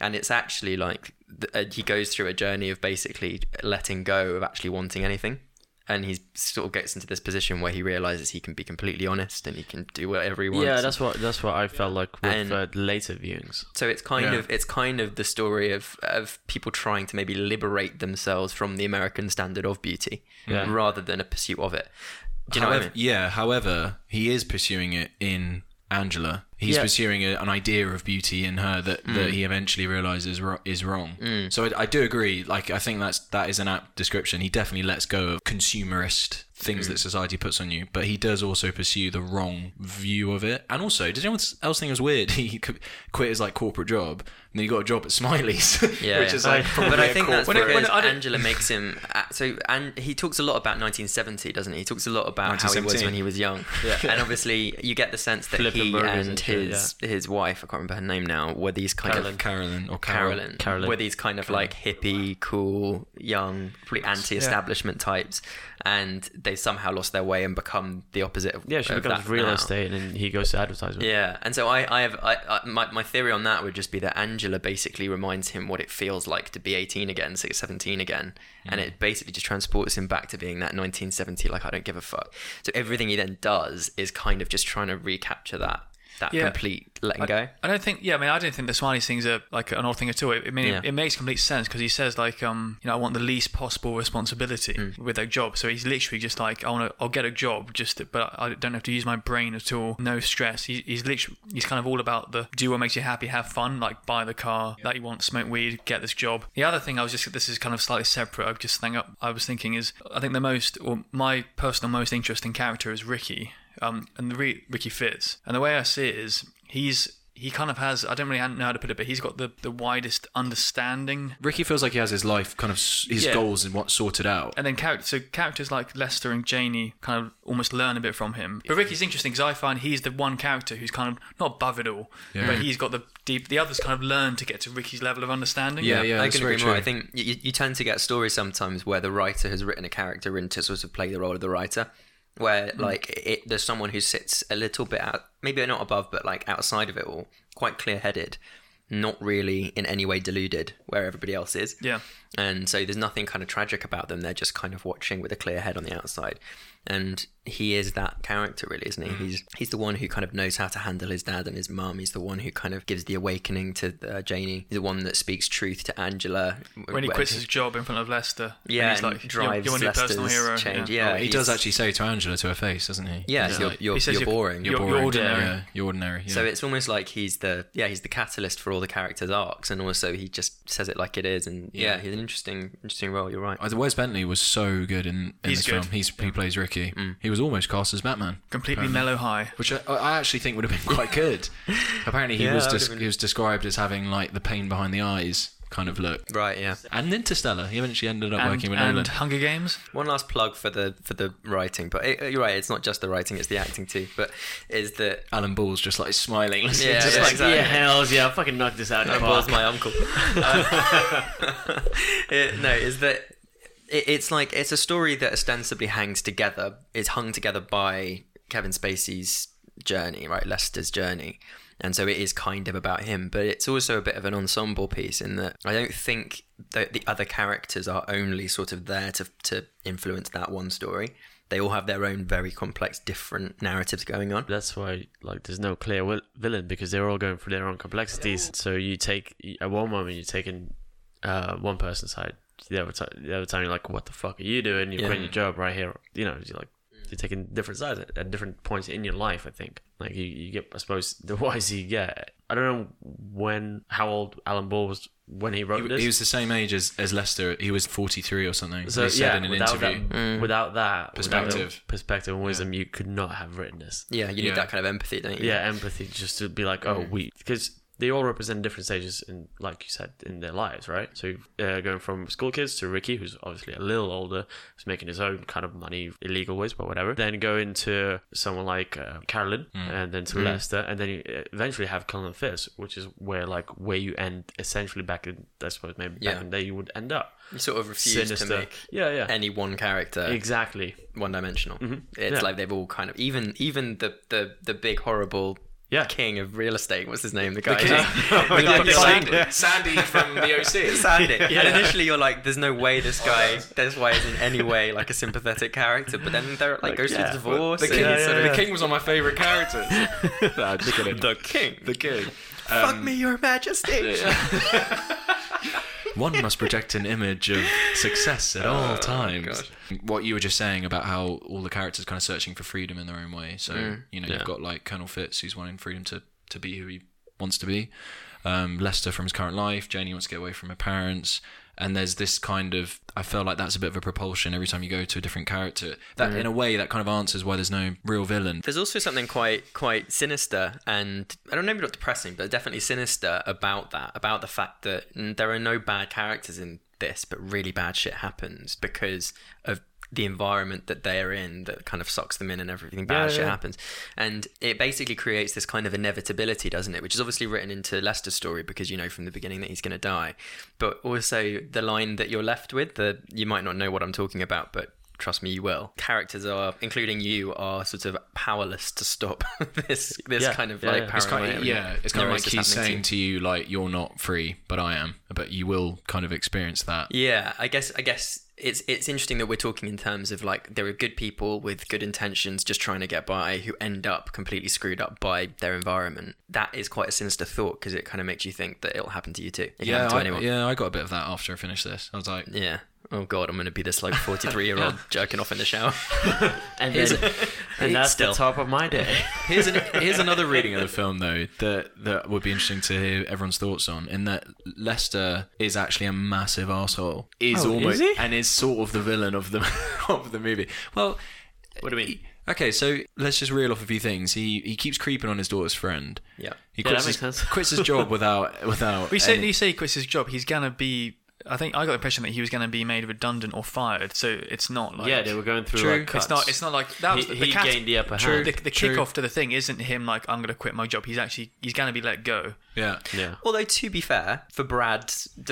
Speaker 3: And it's actually like th- uh, he goes through a journey of basically letting go of actually wanting anything. And he sort of gets into this position where he realizes he can be completely honest and he can do whatever he wants.
Speaker 2: yeah, that's what that's what I felt like with
Speaker 3: And-
Speaker 2: uh, later viewings.
Speaker 3: So it's kind
Speaker 1: Yeah.
Speaker 3: of it's kind of the story of of people trying to maybe liberate themselves from the American standard of beauty
Speaker 2: Yeah.
Speaker 3: rather than a pursuit of it. Do you know
Speaker 1: however,
Speaker 3: what I mean?
Speaker 1: Yeah, however, he is pursuing it in Angela. He's
Speaker 2: Yeah.
Speaker 1: pursuing a, an idea of beauty in her that,
Speaker 3: Mm.
Speaker 1: that he eventually realizes ro- is wrong. So I, I do agree. Like I think that's that is an apt description. He definitely lets go of consumerist
Speaker 3: Mm.
Speaker 1: things that society puts on you, but he does also pursue the wrong view of it. And also, did anyone else think it was weird? He qu- quit his like corporate job, and then he got a job at Smiley's,
Speaker 3: Yeah,
Speaker 1: which
Speaker 3: yeah.
Speaker 1: is like probably
Speaker 3: but I
Speaker 1: a
Speaker 3: think
Speaker 1: corporate
Speaker 3: that's
Speaker 4: When it-
Speaker 3: because
Speaker 4: when I don't-
Speaker 3: Angela makes him. a- So and he talks a lot about 1970, doesn't he? He talks a lot about how he was
Speaker 1: 1917.
Speaker 3: when he was young. And obviously, you get the sense that
Speaker 2: Flipping
Speaker 3: he
Speaker 2: burgers
Speaker 3: and
Speaker 2: and shit,
Speaker 3: his his wife, I can't remember her name now, were these kind of
Speaker 1: Carolyn or Carol.
Speaker 3: Carolyn,
Speaker 2: Carolyn.
Speaker 3: were these kind of like hippie, cool, young, pretty anti-establishment types, and they somehow lost their way and become the opposite of
Speaker 2: Yeah, she
Speaker 3: of
Speaker 2: becomes
Speaker 3: that
Speaker 2: real
Speaker 3: now.
Speaker 2: estate and then he goes to advertisement.
Speaker 3: Yeah, and so I, I have, I, I, my, my theory on that would just be that Angela basically reminds him what it feels like to be 18 again, so 17 again, and it basically just transports him back to being that 1970, like I don't give a fuck. So everything he then does is kind of just trying to recapture that, that
Speaker 4: Yeah.
Speaker 3: complete letting
Speaker 4: I,
Speaker 3: go.
Speaker 4: I don't think. Yeah, I mean, I don't think the Smiley thing's a like an odd thing at all. It, I mean,
Speaker 3: Yeah.
Speaker 4: it, it makes complete sense because he says like, um, you know, I want the least possible responsibility with a job. So he's literally just like, I want to, I'll get a job, just to- but I don't have to use my brain at all. No stress. He, he's literally, he's kind of all about the do what makes you happy, have fun, like buy the car that you want, smoke weed, get this job. The other thing I was just, this is kind of slightly separate. I just think I was thinking is, I think the most, or my personal most interesting character is Ricky. Um, and the re- Ricky Fitz, and the way I see it is, he's he kind of has I don't really know how to put it, but he's got the, the widest understanding.
Speaker 1: Ricky feels like he has his life kind of s- his
Speaker 4: Yeah.
Speaker 1: goals and what's sorted out.
Speaker 4: And then character, so characters like Lester and Janie kind of almost learn a bit from him. But Ricky's interesting because I find he's the one character who's kind of not above it all, but he's got the deep. The others kind of learn to get to Ricky's level of understanding.
Speaker 1: Yeah, yeah,
Speaker 3: I
Speaker 1: that's
Speaker 3: can
Speaker 1: very
Speaker 3: agree more.
Speaker 1: true.
Speaker 3: I think you, you tend to get stories sometimes where the writer has written a character in to sort of play the role of the writer, where
Speaker 1: Hmm.
Speaker 3: like it, there's someone who sits a little bit out, maybe not above, but like outside of it all, quite clear-headed, not really in any way deluded where everybody else is.
Speaker 4: Yeah.
Speaker 3: And so there's nothing kind of tragic about them. They're just kind of watching with a clear head on the outside. And he is that character, really, isn't he?
Speaker 4: Mm-hmm.
Speaker 3: He's he's the one who kind of knows how to handle his dad and his mum. He's the one who kind of gives the awakening to uh, Janie. He's the one that speaks truth to Angela.
Speaker 4: When he quits his job in front of Lester,
Speaker 3: yeah,
Speaker 4: and he's like, "You're-
Speaker 3: drives
Speaker 4: "You're my new personal
Speaker 3: Lester's
Speaker 4: hero."
Speaker 3: Change.
Speaker 4: Yeah.
Speaker 3: Yeah,
Speaker 1: Oh, he
Speaker 3: he's-
Speaker 1: does actually say to Angela to her face, doesn't he?
Speaker 3: Yeah,
Speaker 1: He's
Speaker 3: you're,
Speaker 1: like,
Speaker 3: you're,
Speaker 4: He says
Speaker 3: you're
Speaker 4: you're-
Speaker 3: boring.
Speaker 4: you're
Speaker 1: boring.
Speaker 4: ordinary.
Speaker 1: Yeah, you're ordinary. Yeah.
Speaker 3: So it's almost like he's the yeah he's the catalyst for all the characters' arcs, and also he just says it like it is. And yeah, he's an interesting interesting role. You're right.
Speaker 1: Uh, Wes Bentley was so good in, in
Speaker 4: He's
Speaker 1: this
Speaker 4: good.
Speaker 1: film. He's, he plays Ricky. He was almost cast as Batman,
Speaker 4: completely mellow high.
Speaker 1: which I, I actually think would have been quite good. Apparently, he
Speaker 3: Yeah,
Speaker 1: was
Speaker 3: that would
Speaker 1: des-
Speaker 3: have been-
Speaker 1: he was described as having like the pain behind the eyes kind of look.
Speaker 3: Right. Yeah.
Speaker 1: And Interstellar, he eventually ended up
Speaker 4: And,
Speaker 1: working with
Speaker 4: and
Speaker 1: Nolan.
Speaker 4: Hunger Games.
Speaker 3: One last plug for the for the writing, but it, you're right. It's not just the writing; it's the acting too. But is that
Speaker 1: Alan Ball's just like smiling, listening
Speaker 3: Yeah,
Speaker 1: to
Speaker 3: yeah,
Speaker 1: like,
Speaker 3: exactly.
Speaker 2: Yeah, hells yeah, I fucking knocked this out of the
Speaker 3: was
Speaker 2: park.
Speaker 3: my uncle? Uh, it- no, is that it, it's like it's a story that ostensibly hangs together. It's hung together by Kevin Spacey's journey, right? Lester's journey. And so it is kind of about him, but it's also a bit of an ensemble piece in that I don't think that the other characters are only sort of there to, to influence that one story. They all have their own very complex, different narratives going on.
Speaker 2: That's why like there's no clear will- villain because they're all going through their own complexities. So you take at one moment you're taking uh, one person's side. The other time, the other time you're like, "What the fuck are you doing? You're
Speaker 3: Yeah.
Speaker 2: quitting your job right here." You know, you're like you're taking different sides at, at different points in your life. I think like you, you get I suppose the wiser you get. I don't know when how old Alan Ball was when he wrote
Speaker 1: He,
Speaker 2: this.
Speaker 1: he was the same age as, as Lester. He was 43 or something.
Speaker 2: so
Speaker 1: he said
Speaker 2: yeah,
Speaker 1: in an
Speaker 2: without
Speaker 1: interview.
Speaker 2: that, without that without the
Speaker 1: Perspective.
Speaker 2: perspective and wisdom, you could not have written this.
Speaker 3: Yeah, you need
Speaker 1: Yeah.
Speaker 3: that kind of empathy, don't you?
Speaker 2: yeah empathy just to be like oh we because they all represent different stages in like you said in their lives right so uh, going from school kids to ricky who's obviously a little older who's making his own kind of money illegal ways but whatever then go into someone like uh, carolyn and then to lester and then you uh, eventually have colin fist which is where like where you end essentially back in i suppose maybe
Speaker 3: Yeah.
Speaker 2: back in the day you would end up
Speaker 3: You sort of refuse to
Speaker 2: sinister
Speaker 3: make
Speaker 2: yeah yeah
Speaker 3: any one character
Speaker 2: exactly
Speaker 3: one dimensional.
Speaker 1: Mm-hmm.
Speaker 3: It's
Speaker 2: Yeah.
Speaker 3: like they've all kind of even even the the the big horrible
Speaker 2: Yeah.
Speaker 3: king of real estate. What's his name? The guy.
Speaker 1: With,
Speaker 3: guy
Speaker 1: like,
Speaker 3: who signed
Speaker 1: Sandy, Sandy from the OC.
Speaker 3: Sandy. And initially, you're like, "There's no way this guy, this guy is in any way like a sympathetic character." But then there like, goes
Speaker 2: yeah.
Speaker 3: through divorce.
Speaker 1: The
Speaker 3: and
Speaker 1: king,
Speaker 2: Yeah,
Speaker 3: he's
Speaker 2: yeah,
Speaker 3: sort of
Speaker 2: yeah.
Speaker 1: the king was one of my favourite characters. nah, just kidding.
Speaker 3: The king.
Speaker 1: The king. Um,
Speaker 3: Fuck me, Your Majesty.
Speaker 1: One must project an image of success at all times. What you were just saying about how all the characters kind of searching for freedom in their own way. So you know
Speaker 2: Yeah.
Speaker 1: you've got like Colonel Fitz who's wanting freedom to to be who he wants to be. Um, Lester from his current life. Janie wants to get away from her parents. And there's this kind of I feel like that's a bit of a propulsion every time you go to a different character. That in a way that kind of answers why there's no real villain.
Speaker 3: There's also something quite quite sinister and I don't know maybe not depressing, but definitely sinister about that, about the fact that mm, there are no bad characters in this, but really bad shit happens because of the environment that they're in that kind of sucks them in and everything bad shit happens. And it basically creates this kind of inevitability, doesn't it? Which is obviously written into Lester's story because you know from the beginning that he's gonna die. But also the line that you're left with, the you might not know what I'm talking about, but trust me you will characters are including you are sort of powerless to stop this this
Speaker 2: Yeah,
Speaker 3: kind of
Speaker 2: yeah,
Speaker 3: like
Speaker 2: yeah.
Speaker 3: paranoia
Speaker 2: It's
Speaker 1: It's kind of, yeah, it's kind of like
Speaker 3: neurosis
Speaker 1: he's
Speaker 3: happening
Speaker 1: saying to you like you're not free, but I am. But you will kind of experience that.
Speaker 3: you. yeah i guess i guess it's it's interesting that we're talking in terms of like there are good people with good intentions just trying to get by who end up completely screwed up by their environment that is quite a sinister thought because it kind of makes you think that it'll happen to you too it can happen to
Speaker 1: I,
Speaker 3: anyone
Speaker 1: yeah, I got a bit of that after I finished this. I was like,
Speaker 3: Yeah. oh god i'm gonna be this like 43 year old jerking off in the shower
Speaker 2: and then, and that's
Speaker 3: still-
Speaker 2: the top of my day
Speaker 1: here's an, here's another reading of the film though that that would be interesting to hear everyone's thoughts on. In that Lester is actually a massive asshole. Is
Speaker 2: Oh,
Speaker 1: almost
Speaker 2: is he?
Speaker 1: and is sort of the villain of the of the movie. Well,
Speaker 2: what do you mean
Speaker 1: okay, so let's just reel off a few things. He he keeps creeping on his daughter's friend.
Speaker 3: yeah
Speaker 1: He
Speaker 2: Yeah,
Speaker 1: quits,
Speaker 2: that makes
Speaker 1: his,
Speaker 2: sense.
Speaker 1: quits his job without without.
Speaker 4: We say
Speaker 1: any-
Speaker 4: you say he quits his job. He's gonna be. I think I got the impression that he was gonna be made redundant or fired. So it's not like
Speaker 2: yeah they were going through
Speaker 1: True.
Speaker 2: like
Speaker 1: It's
Speaker 2: cuts.
Speaker 4: It's not. It's not like that. Was
Speaker 2: He-
Speaker 4: the, the
Speaker 2: he
Speaker 4: cat-
Speaker 2: gained the upper
Speaker 4: True.
Speaker 2: hand.
Speaker 4: The, the
Speaker 1: True.
Speaker 4: kickoff to the thing isn't him like I'm gonna quit my job. He's actually he's gonna be let go.
Speaker 1: yeah.
Speaker 2: yeah
Speaker 3: Although to be fair, for Brad,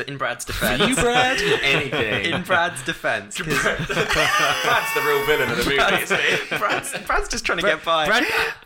Speaker 3: in Brad's defense,
Speaker 1: You Brad?
Speaker 3: anything. In Brad's defense, 'cause
Speaker 5: Brad's the real villain of the movie, isn't he?
Speaker 3: Brad's, Brad's just trying to get by.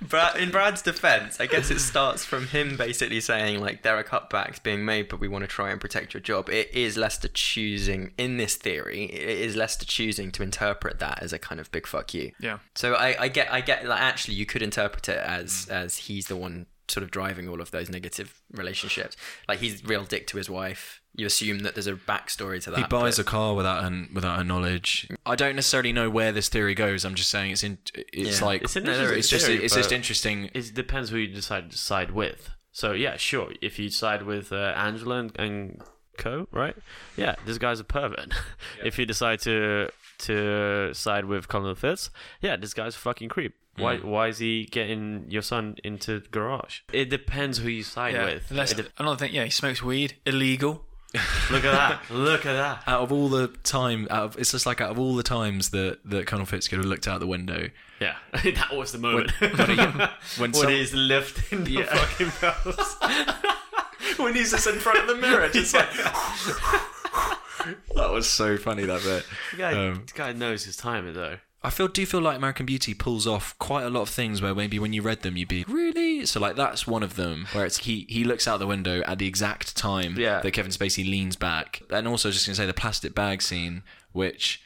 Speaker 3: Brad, in Brad's defense, I guess it starts from him basically saying like there are cutbacks being made, but we want to try and protect your job. It is Lester choosing in this theory. It is Lester choosing to interpret that as a kind of big fuck you.
Speaker 4: Yeah.
Speaker 3: So I, I get I get like actually you could interpret it as
Speaker 2: Mm.
Speaker 3: as he's the one sort of driving all of those negative relationships. Like he's real dick to his wife. You assume that there's a backstory to that.
Speaker 1: He buys
Speaker 3: but-
Speaker 1: a car without her, without her knowledge. I don't necessarily know where this theory goes. I'm just saying it's in. It's
Speaker 3: Yeah.
Speaker 1: like
Speaker 2: It's an interesting
Speaker 1: it's just
Speaker 2: theory,
Speaker 1: it's just
Speaker 2: but-
Speaker 1: interesting.
Speaker 2: it depends who you decide to side with. So yeah, sure. If you side with uh, Angela and, and Co, right? Yeah, this guy's a pervert. if you decide to to side with Colin Fitz, yeah, this guy's a fucking creep. Why why is he getting your son into the garage? It depends who you side
Speaker 4: Yeah.
Speaker 2: with.
Speaker 4: Unless,
Speaker 2: It de-
Speaker 4: another thing. Yeah. He smokes weed. Illegal.
Speaker 2: look at that. Look at that.
Speaker 1: Out of all the time, out of, it's just like out of all the times that that Colonel Fitz could have looked out the window.
Speaker 2: Yeah, that was the moment. When,
Speaker 1: when some-
Speaker 2: he's lifting the fucking house.
Speaker 5: when he's just in front of the mirror, just like
Speaker 1: That was so funny that bit.
Speaker 2: guy,
Speaker 1: Um,
Speaker 2: this guy knows his time though.
Speaker 1: I feel do feel like American Beauty pulls off quite a lot of things where maybe when you read them you'd be really so like that's one of them where it's he he looks out the window at the exact time
Speaker 2: Yeah.
Speaker 1: that Kevin Spacey leans back and also just gonna say the plastic bag scene which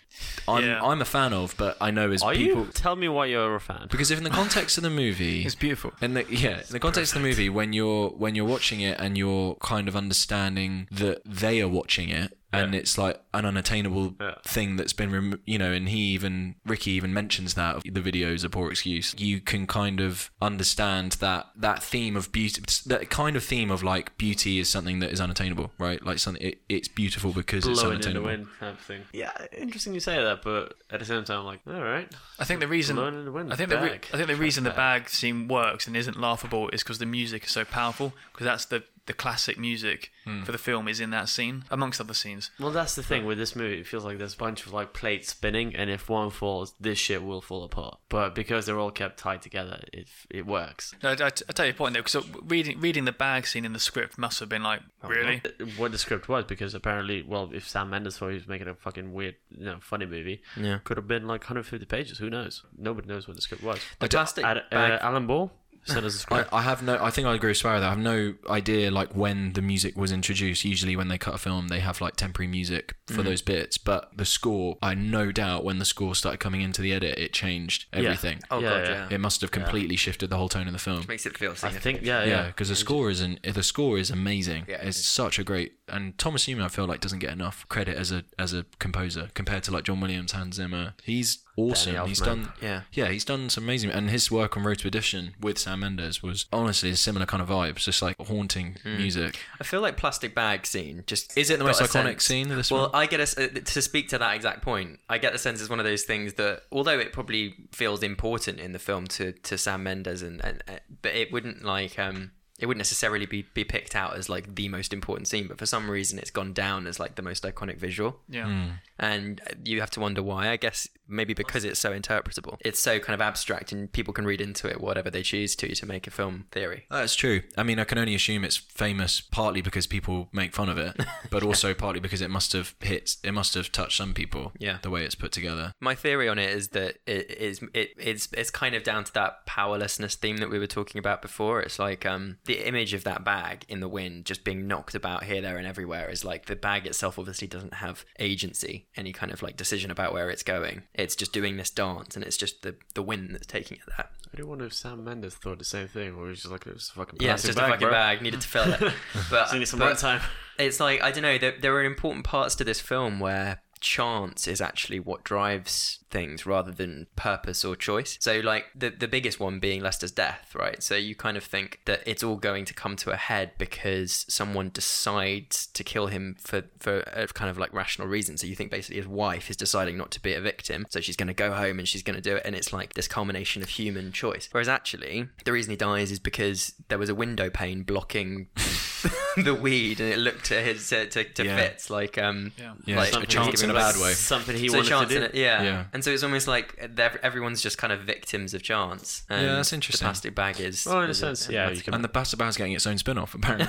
Speaker 1: I'm
Speaker 4: Yeah.
Speaker 1: I'm a fan of but I know is
Speaker 2: Are
Speaker 1: people
Speaker 2: you? Tell me why you're a fan.
Speaker 1: because if in the context of the movie
Speaker 4: It's beautiful.
Speaker 1: in the yeah, in the context of the movie, when you're when you're watching it and you're kind of understanding that they are watching it, and
Speaker 2: Yeah.
Speaker 1: it's like an unattainable
Speaker 2: Yeah.
Speaker 1: thing that's been, rem- you know, and he even Ricky even mentions that the video is a poor excuse. You can kind of understand that that theme of beauty, that kind of theme of like beauty is something that is unattainable, right? Like something it, it's beautiful because it's
Speaker 2: Blowing in the
Speaker 1: unattainable.
Speaker 2: wind type of thing. Yeah, interesting you say that, but at the same time, I'm like, all right.
Speaker 4: I think the reason
Speaker 2: Blowing in the wind,
Speaker 4: I think the re-
Speaker 2: bag.
Speaker 4: I think the reason the
Speaker 2: Bag.
Speaker 4: bag scene works and isn't laughable is because the music is so powerful. Because that's the the classic music for the film is in that scene amongst other scenes.
Speaker 2: Well, that's the thing with this movie. It feels like there's a bunch of like plates spinning, and if one falls, this shit will fall apart. But because they're all kept tied together, it it works.
Speaker 4: No, I, I, I tell you a point though, because reading reading the bag scene in the script must have been like
Speaker 1: Oh,
Speaker 4: really.
Speaker 2: What the script was, because apparently, well, if Sam Mendes thought he was making a fucking weird, you know, funny movie,
Speaker 3: Yeah.
Speaker 2: could have been like 150 pages. Who knows? Nobody knows what the script was.
Speaker 3: The plastic
Speaker 2: Ad-
Speaker 3: bag-
Speaker 2: uh, Alan Ball sent us a
Speaker 1: I,
Speaker 2: script.
Speaker 1: I have no. I think I agree with Sparrow. That I have no idea like when the music was introduced. Usually, when they cut a film, they have like temporary music for
Speaker 3: Mm-hmm.
Speaker 1: those bits. But the score, I no doubt when the score started coming into the edit, it changed everything.
Speaker 3: Oh
Speaker 2: Yeah,
Speaker 3: god,
Speaker 2: yeah.
Speaker 3: yeah.
Speaker 1: It must have completely shifted the whole tone of the film.
Speaker 3: Makes it feel
Speaker 2: I
Speaker 3: significant.
Speaker 2: think, yeah,
Speaker 1: Yeah,
Speaker 2: yeah.
Speaker 1: because the score is an, the score is amazing.
Speaker 3: Yeah, it
Speaker 1: it's such a great and Thomas Newman. I feel like doesn't get enough credit as a as a composer compared to like John Williams, Hans Zimmer. He's awesome.
Speaker 2: Danny
Speaker 1: He's
Speaker 2: Elfman.
Speaker 1: done
Speaker 3: Yeah.
Speaker 1: yeah, he's done some amazing, and his work on Road to Edition with Sam Mendes was honestly a similar kind of vibe, just like haunting music.
Speaker 3: I feel like plastic bag scene just
Speaker 1: Is it the
Speaker 3: got
Speaker 1: most
Speaker 3: a
Speaker 1: iconic
Speaker 3: sense-
Speaker 1: scene of this
Speaker 3: Well,
Speaker 1: film?
Speaker 3: I get a s- uh, to speak to that exact point. I get the sense it's one of those things that, although it probably feels important in the film to to Sam Mendes, and, and uh, but it wouldn't like um it wouldn't necessarily be be picked out as like the most important scene. But for some reason, it's gone down as like the most iconic visual.
Speaker 4: Yeah.
Speaker 1: Hmm.
Speaker 3: And you have to wonder why. I guess maybe because it's so interpretable. It's so kind of abstract, and people can read into it whatever they choose to to make a film theory.
Speaker 1: That's true. I mean, I can only assume it's famous partly because people make fun of it, but also partly because it must have hit, it must have touched some people.
Speaker 3: Yeah.
Speaker 1: the way it's put together.
Speaker 3: my theory on it is that it is it, it's it's kind of down to that powerlessness theme that we were talking about before. It's like um the image of that bag in the wind just being knocked about here, there, and everywhere is like the bag itself obviously doesn't have agency, any kind of like decision about where it's going. It's just doing this dance, and it's just the the wind that's taking it there.
Speaker 2: I do wonder if Sam Mendes thought the same thing, or he was just like, it's a fucking
Speaker 3: Yeah, it's
Speaker 2: plastic
Speaker 3: just
Speaker 2: bag,
Speaker 3: a fucking
Speaker 2: bro.
Speaker 3: bag needed to fill it. But
Speaker 2: Just need some
Speaker 3: but-
Speaker 2: runtime.
Speaker 3: it's like I don't know. There, there are important parts to this film where chance is actually what drives things rather than purpose or choice. So like the the biggest one being Lester's death, right? So you kind of think that it's all going to come to a head because someone decides to kill him for for a kind of like rational reason. So you think basically his wife is deciding not to be a victim, so she's going to go home and she's going to do it and it's like this culmination of human choice. Whereas actually the reason he dies is because there was a window pane blocking the weed and it looked to his to, to, to
Speaker 1: Yeah.
Speaker 3: Fitz like um
Speaker 4: Yeah.
Speaker 1: Yeah,
Speaker 3: like
Speaker 1: it's a chance in a bad way.
Speaker 2: Something he
Speaker 3: it's a
Speaker 2: wanted
Speaker 3: chance
Speaker 2: to
Speaker 3: in
Speaker 2: do.
Speaker 3: it, yeah.
Speaker 1: Yeah.
Speaker 3: and so it's almost like ev- everyone's just kind of victims of chance and
Speaker 1: Yeah, that's
Speaker 3: the
Speaker 1: interesting.
Speaker 3: plastic bag is
Speaker 2: Well, in a
Speaker 3: is
Speaker 2: sense, yeah, you
Speaker 3: like-
Speaker 2: can
Speaker 1: And the Bastard Band's getting its own spin-off apparently.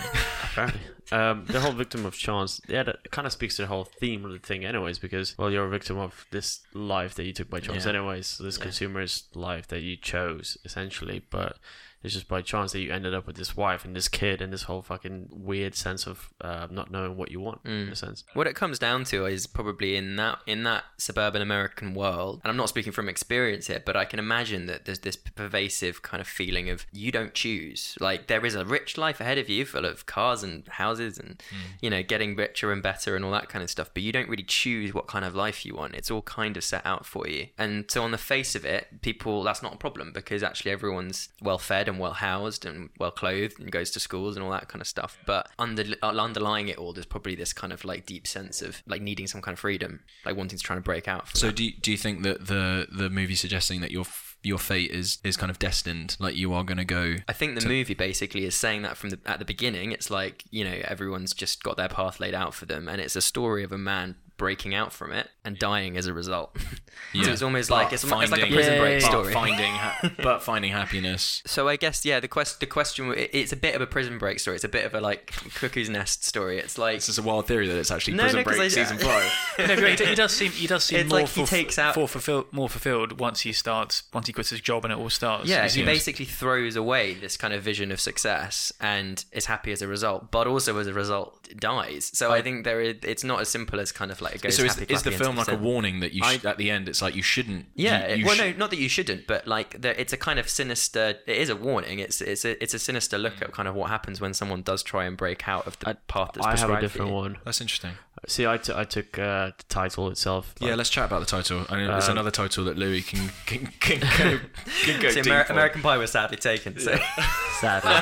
Speaker 2: Apparently. um, the whole victim of chance, yeah, that kind of speaks to the whole theme of the thing, anyways, because, well, you're a victim of this life that you took by chance,
Speaker 3: Yeah.
Speaker 2: anyways. So this consumerist life that you chose, essentially, but it's just by chance that you ended up with this wife and this kid and this whole fucking weird sense of uh, not knowing what you want,
Speaker 3: Mm.
Speaker 2: in a sense.
Speaker 3: What it comes down to is probably in that in that suburban American world, and I'm not speaking from experience here, but I can imagine that there's this pervasive kind of feeling of you don't choose. Like there is a rich life ahead of you, full of cars and houses, and
Speaker 1: Mm.
Speaker 3: you know, getting richer and better and all that kind of stuff. But you don't really choose what kind of life you want. It's all kind of set out for you. And so on the face of it, people that's not a problem because actually everyone's well fed and well housed and well clothed and goes to schools and all that kind of stuff. But under uh, underlying it all, there's probably this kind of like deep sense of like needing some kind of freedom, like wanting to try and break out. From
Speaker 1: so
Speaker 3: that.
Speaker 1: do you, do you think that the the movie suggesting that your f- your fate is is kind of destined, like you are going to go?
Speaker 3: I think the movie basically is saying that from the at the beginning. It's like you know everyone's just got their path laid out for them, and it's a story of a man breaking out from it and dying as a result.
Speaker 1: Yeah.
Speaker 3: so it's almost
Speaker 1: But
Speaker 3: like it's, almo- it's like a
Speaker 1: finding-
Speaker 3: prison
Speaker 2: Yay.
Speaker 3: break
Speaker 2: But
Speaker 1: But
Speaker 3: story.
Speaker 1: finding, ha- but finding happiness.
Speaker 3: So I guess yeah, the quest the question it- it's a bit of a prison break story. It's a bit of a like cuckoo's nest story. It's like
Speaker 1: This is a wild theory that it's actually
Speaker 3: No,
Speaker 1: Prison
Speaker 3: no, 'cause
Speaker 1: Break
Speaker 3: I-
Speaker 1: season five.
Speaker 4: No, but he, he does seem he does seem
Speaker 3: It's
Speaker 4: more
Speaker 3: like he
Speaker 4: fulf-
Speaker 3: takes out-
Speaker 4: for fulfill, more fulfilled once he starts once he quits his job and it all starts.
Speaker 3: yeah,
Speaker 4: Is
Speaker 3: he
Speaker 4: he-
Speaker 3: basically throws away this kind of vision of success and is happy as a result, but also as a result dies. So I think there is, it's not as simple as kind of like it goes
Speaker 1: so is,
Speaker 3: happy,
Speaker 1: is the
Speaker 3: clappy,
Speaker 1: film like a
Speaker 3: 100%.
Speaker 1: warning that you sh- at the end it's like you shouldn't?
Speaker 3: Yeah,
Speaker 1: you,
Speaker 3: it-
Speaker 1: you
Speaker 3: well,
Speaker 1: sh-
Speaker 3: no, not that you shouldn't, but like there, it's a kind of sinister. It is a warning. It's it's a, it's a sinister look at kind of what happens when someone does try and break out of the path that's
Speaker 2: I have
Speaker 3: prescribed
Speaker 2: a
Speaker 3: for
Speaker 2: different
Speaker 3: you.
Speaker 2: one.
Speaker 1: That's interesting.
Speaker 2: See, I, t- I took uh, the title itself.
Speaker 1: yeah,
Speaker 2: like-
Speaker 1: let's chat about the title. I know it's
Speaker 3: Uh,
Speaker 1: another title that Louis can can, can go, can go
Speaker 3: See,
Speaker 1: deep
Speaker 3: Amer-
Speaker 1: on.
Speaker 3: American Pie was sadly taken. So.
Speaker 2: sadly.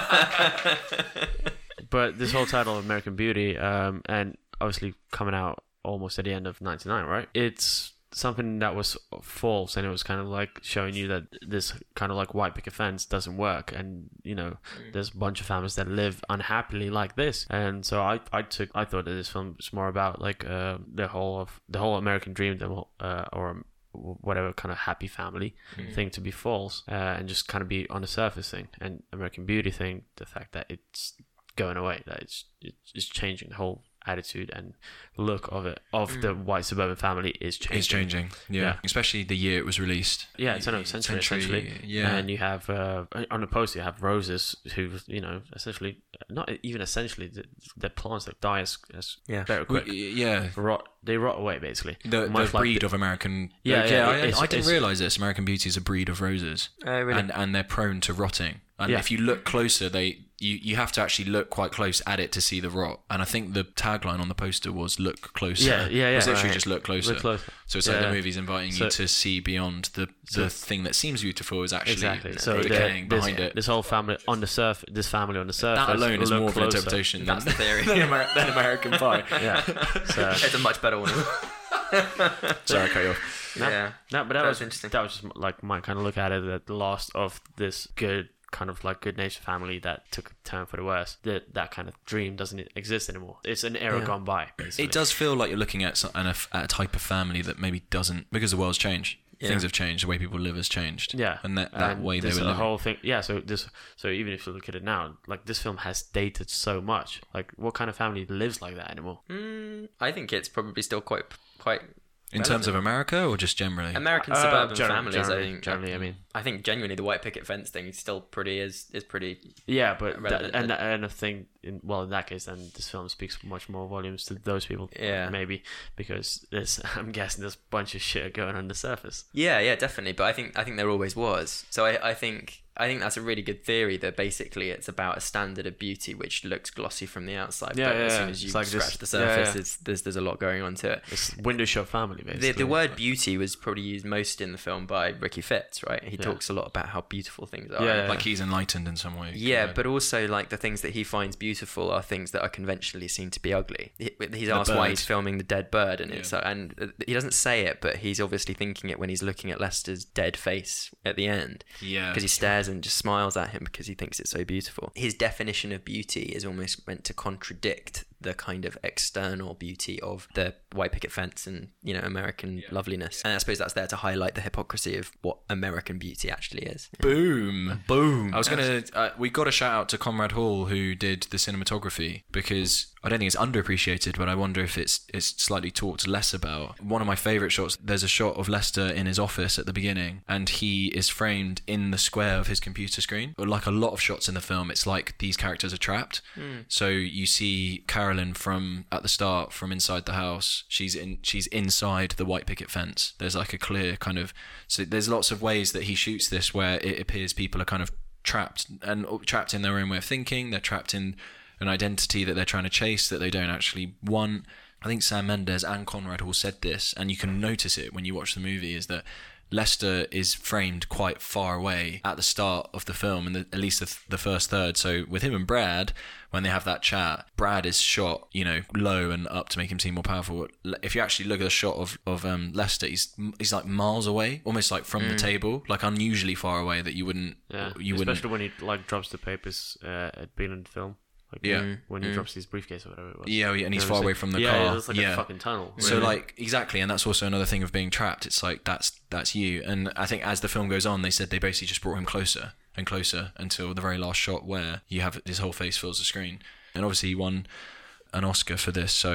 Speaker 2: but this whole title, American Beauty, um, and obviously coming out almost at the end of '99, right? It's something that was false, and it was kind of like showing you that this kind of like white picket fence doesn't work, and you know, there's a bunch of families that live unhappily like this, and so I, I took, I thought that this film was more about like uh, the whole of the whole American dream, the whole, uh, or whatever kind of happy family thing to be false uh, and just kind of be on the surface thing and American Beauty thing the fact that it's going away that it's it's, it's changing the whole attitude and look of it of the white suburban family is changing
Speaker 1: Mm. It's changing. Yeah.
Speaker 2: Yeah.
Speaker 1: especially the year it was released.
Speaker 2: yeah it's another century, essentially
Speaker 1: Yeah,
Speaker 2: and you have uh, on the poster you have roses who you know essentially not even essentially th- they're plants that die as, as
Speaker 3: Yeah.
Speaker 2: very
Speaker 1: We-
Speaker 2: quick
Speaker 1: yeah.
Speaker 2: rot they rot away basically
Speaker 1: The, the
Speaker 2: Much like
Speaker 1: breed of American. Oh,
Speaker 2: Yeah, yeah,
Speaker 1: I-
Speaker 2: it's-
Speaker 1: I, didn't
Speaker 2: it's-
Speaker 1: realize this. American Beauty is a breed of roses.
Speaker 3: Oh, really?
Speaker 1: and and they're prone to rotting. And
Speaker 2: Yeah.
Speaker 1: if you look closer, they you, you have to actually look quite close at it to see the rot. And I think the tagline on the poster was "Look closer."
Speaker 2: Yeah, yeah,
Speaker 1: It was
Speaker 2: yeah,
Speaker 1: literally
Speaker 2: right.
Speaker 1: just "Look closer."
Speaker 2: Look closer.
Speaker 1: So it's like
Speaker 2: Yeah.
Speaker 1: the movie's inviting
Speaker 2: So-
Speaker 1: you to see beyond the the thing that seems beautiful is actually
Speaker 2: Exactly. So the-
Speaker 1: decaying
Speaker 2: this,
Speaker 1: behind it.
Speaker 2: this whole family on the surf, this family on the surface.
Speaker 1: that alone is
Speaker 2: look
Speaker 1: more of an
Speaker 2: closer.
Speaker 1: interpretation than,
Speaker 3: That's the theory.
Speaker 1: than, Ameri- than American Pie.
Speaker 2: Yeah. So,
Speaker 3: it's a much better one.
Speaker 1: Sorry, I cut you off.
Speaker 3: yeah.
Speaker 2: no, but that,
Speaker 3: That
Speaker 2: was
Speaker 3: was interesting.
Speaker 2: That was just like my kind of look at it. That the loss of this good kind of like good natured family that took a turn for the worse. That that kind of dream doesn't e-, exist anymore. It's an era gone by. Basically.
Speaker 1: It does feel like you're looking at, some, at, a, at a type of family that maybe doesn't because the world's changed. Things have changed. The way people live has changed.
Speaker 2: Yeah,
Speaker 1: and that, that way they were
Speaker 2: this- the
Speaker 1: living.
Speaker 2: whole thing. Yeah, so this, so even if you look at it now, like this film has dated so much. Like, what kind of family lives like that anymore?
Speaker 3: I think it's probably still quite quite
Speaker 1: in terms of America or just generally.
Speaker 3: American
Speaker 2: Uh,
Speaker 3: suburban
Speaker 2: gener-
Speaker 3: families. I
Speaker 2: generally-
Speaker 3: think
Speaker 2: generally, I mean.
Speaker 3: I think genuinely the white picket fence thing is still pretty is is pretty.
Speaker 2: Yeah, but
Speaker 3: relevant,
Speaker 2: that, and and I think in, well in that case then this film speaks much more volumes to those people.
Speaker 3: Yeah.
Speaker 2: maybe because there's I'm guessing there's a bunch of shit going on the surface.
Speaker 3: Yeah, yeah, definitely. But I think I think there always was. So I, I think I think that's a really good theory that basically it's about a standard of beauty which looks glossy from the outside,
Speaker 2: Yeah,
Speaker 3: but as
Speaker 2: yeah,
Speaker 3: soon
Speaker 2: yeah.
Speaker 3: as you
Speaker 2: It's like
Speaker 3: scratch
Speaker 2: this-
Speaker 3: the
Speaker 2: yeah, yeah.
Speaker 3: surface, It's, there's there's a lot going on to it.
Speaker 2: It's window shop family basically.
Speaker 3: The, the word beauty was probably used most in the film by Ricky Fitz, right? He talks a lot about how beautiful things are.
Speaker 2: Yeah, yeah.
Speaker 1: like he's enlightened in some way.
Speaker 3: Yeah,
Speaker 1: kinda.
Speaker 3: but also like the things that he finds beautiful are things that are conventionally seen to be ugly. He- He's asked why
Speaker 1: bird.
Speaker 3: he's filming the dead bird, and it's
Speaker 1: Yeah.
Speaker 3: uh, and uh, he doesn't say it, but he's obviously thinking it when he's looking at Lester's dead face at the end.
Speaker 1: Yeah.
Speaker 3: because he stares and just smiles at him because he thinks it's so beautiful. His definition of beauty is almost meant to contradict the kind of external beauty of the white picket fence and you know American loveliness. And I suppose that's there to highlight the hypocrisy of what American beauty actually is.
Speaker 1: boom,
Speaker 3: Boom.
Speaker 1: I was gonna. Uh, we got a shout out to Comrade Hall who did the cinematography because I don't think it's underappreciated, but I wonder if it's it's slightly talked less about. One of my favorite shots. There's a shot of Lester in his office at the beginning, and he is framed in the square of his computer screen. But Like a lot of shots in the film, it's like these characters are trapped. So you see Carolyn from at the start from inside the house. She's in. She's inside the white picket fence. There's like a clear kind of. So there's lots of ways that he shoots this where it appears people are kind of trapped and trapped in their own way of thinking. They're trapped in an identity that they're trying to chase that they don't actually want. I think Sam Mendes and Conrad Hall said this, and you can notice it when you watch the movie is that Lester is framed quite far away at the start of the film, and the, at least the, th- the first third. So with him and Brad, when they have that chat, Brad is shot, you know, low and up to make him seem more powerful. Le- If you actually look at a shot of of um, Lester, he's he's like miles away, almost like from the table, like unusually far away that you wouldn't
Speaker 2: Mm. yeah,
Speaker 1: you wouldn't
Speaker 2: especially when he like drops the papers uh, at being in the film. Like
Speaker 1: Yeah.
Speaker 2: when- when he drops his briefcase or whatever it was.
Speaker 1: Yeah, yeah, and he's
Speaker 2: You know
Speaker 1: far
Speaker 2: what I'm
Speaker 1: away
Speaker 2: saying?
Speaker 1: from the
Speaker 2: yeah,
Speaker 1: car.
Speaker 2: Yeah, it's like
Speaker 1: Yeah.
Speaker 2: a fucking tunnel.
Speaker 1: So
Speaker 2: really.
Speaker 1: like exactly, and that's also another thing of being trapped. It's like that's that's you. And I think as the film goes on, they said they basically just brought him closer and closer until the very last shot where you have his whole face fills the screen. And obviously he won an Oscar for this, so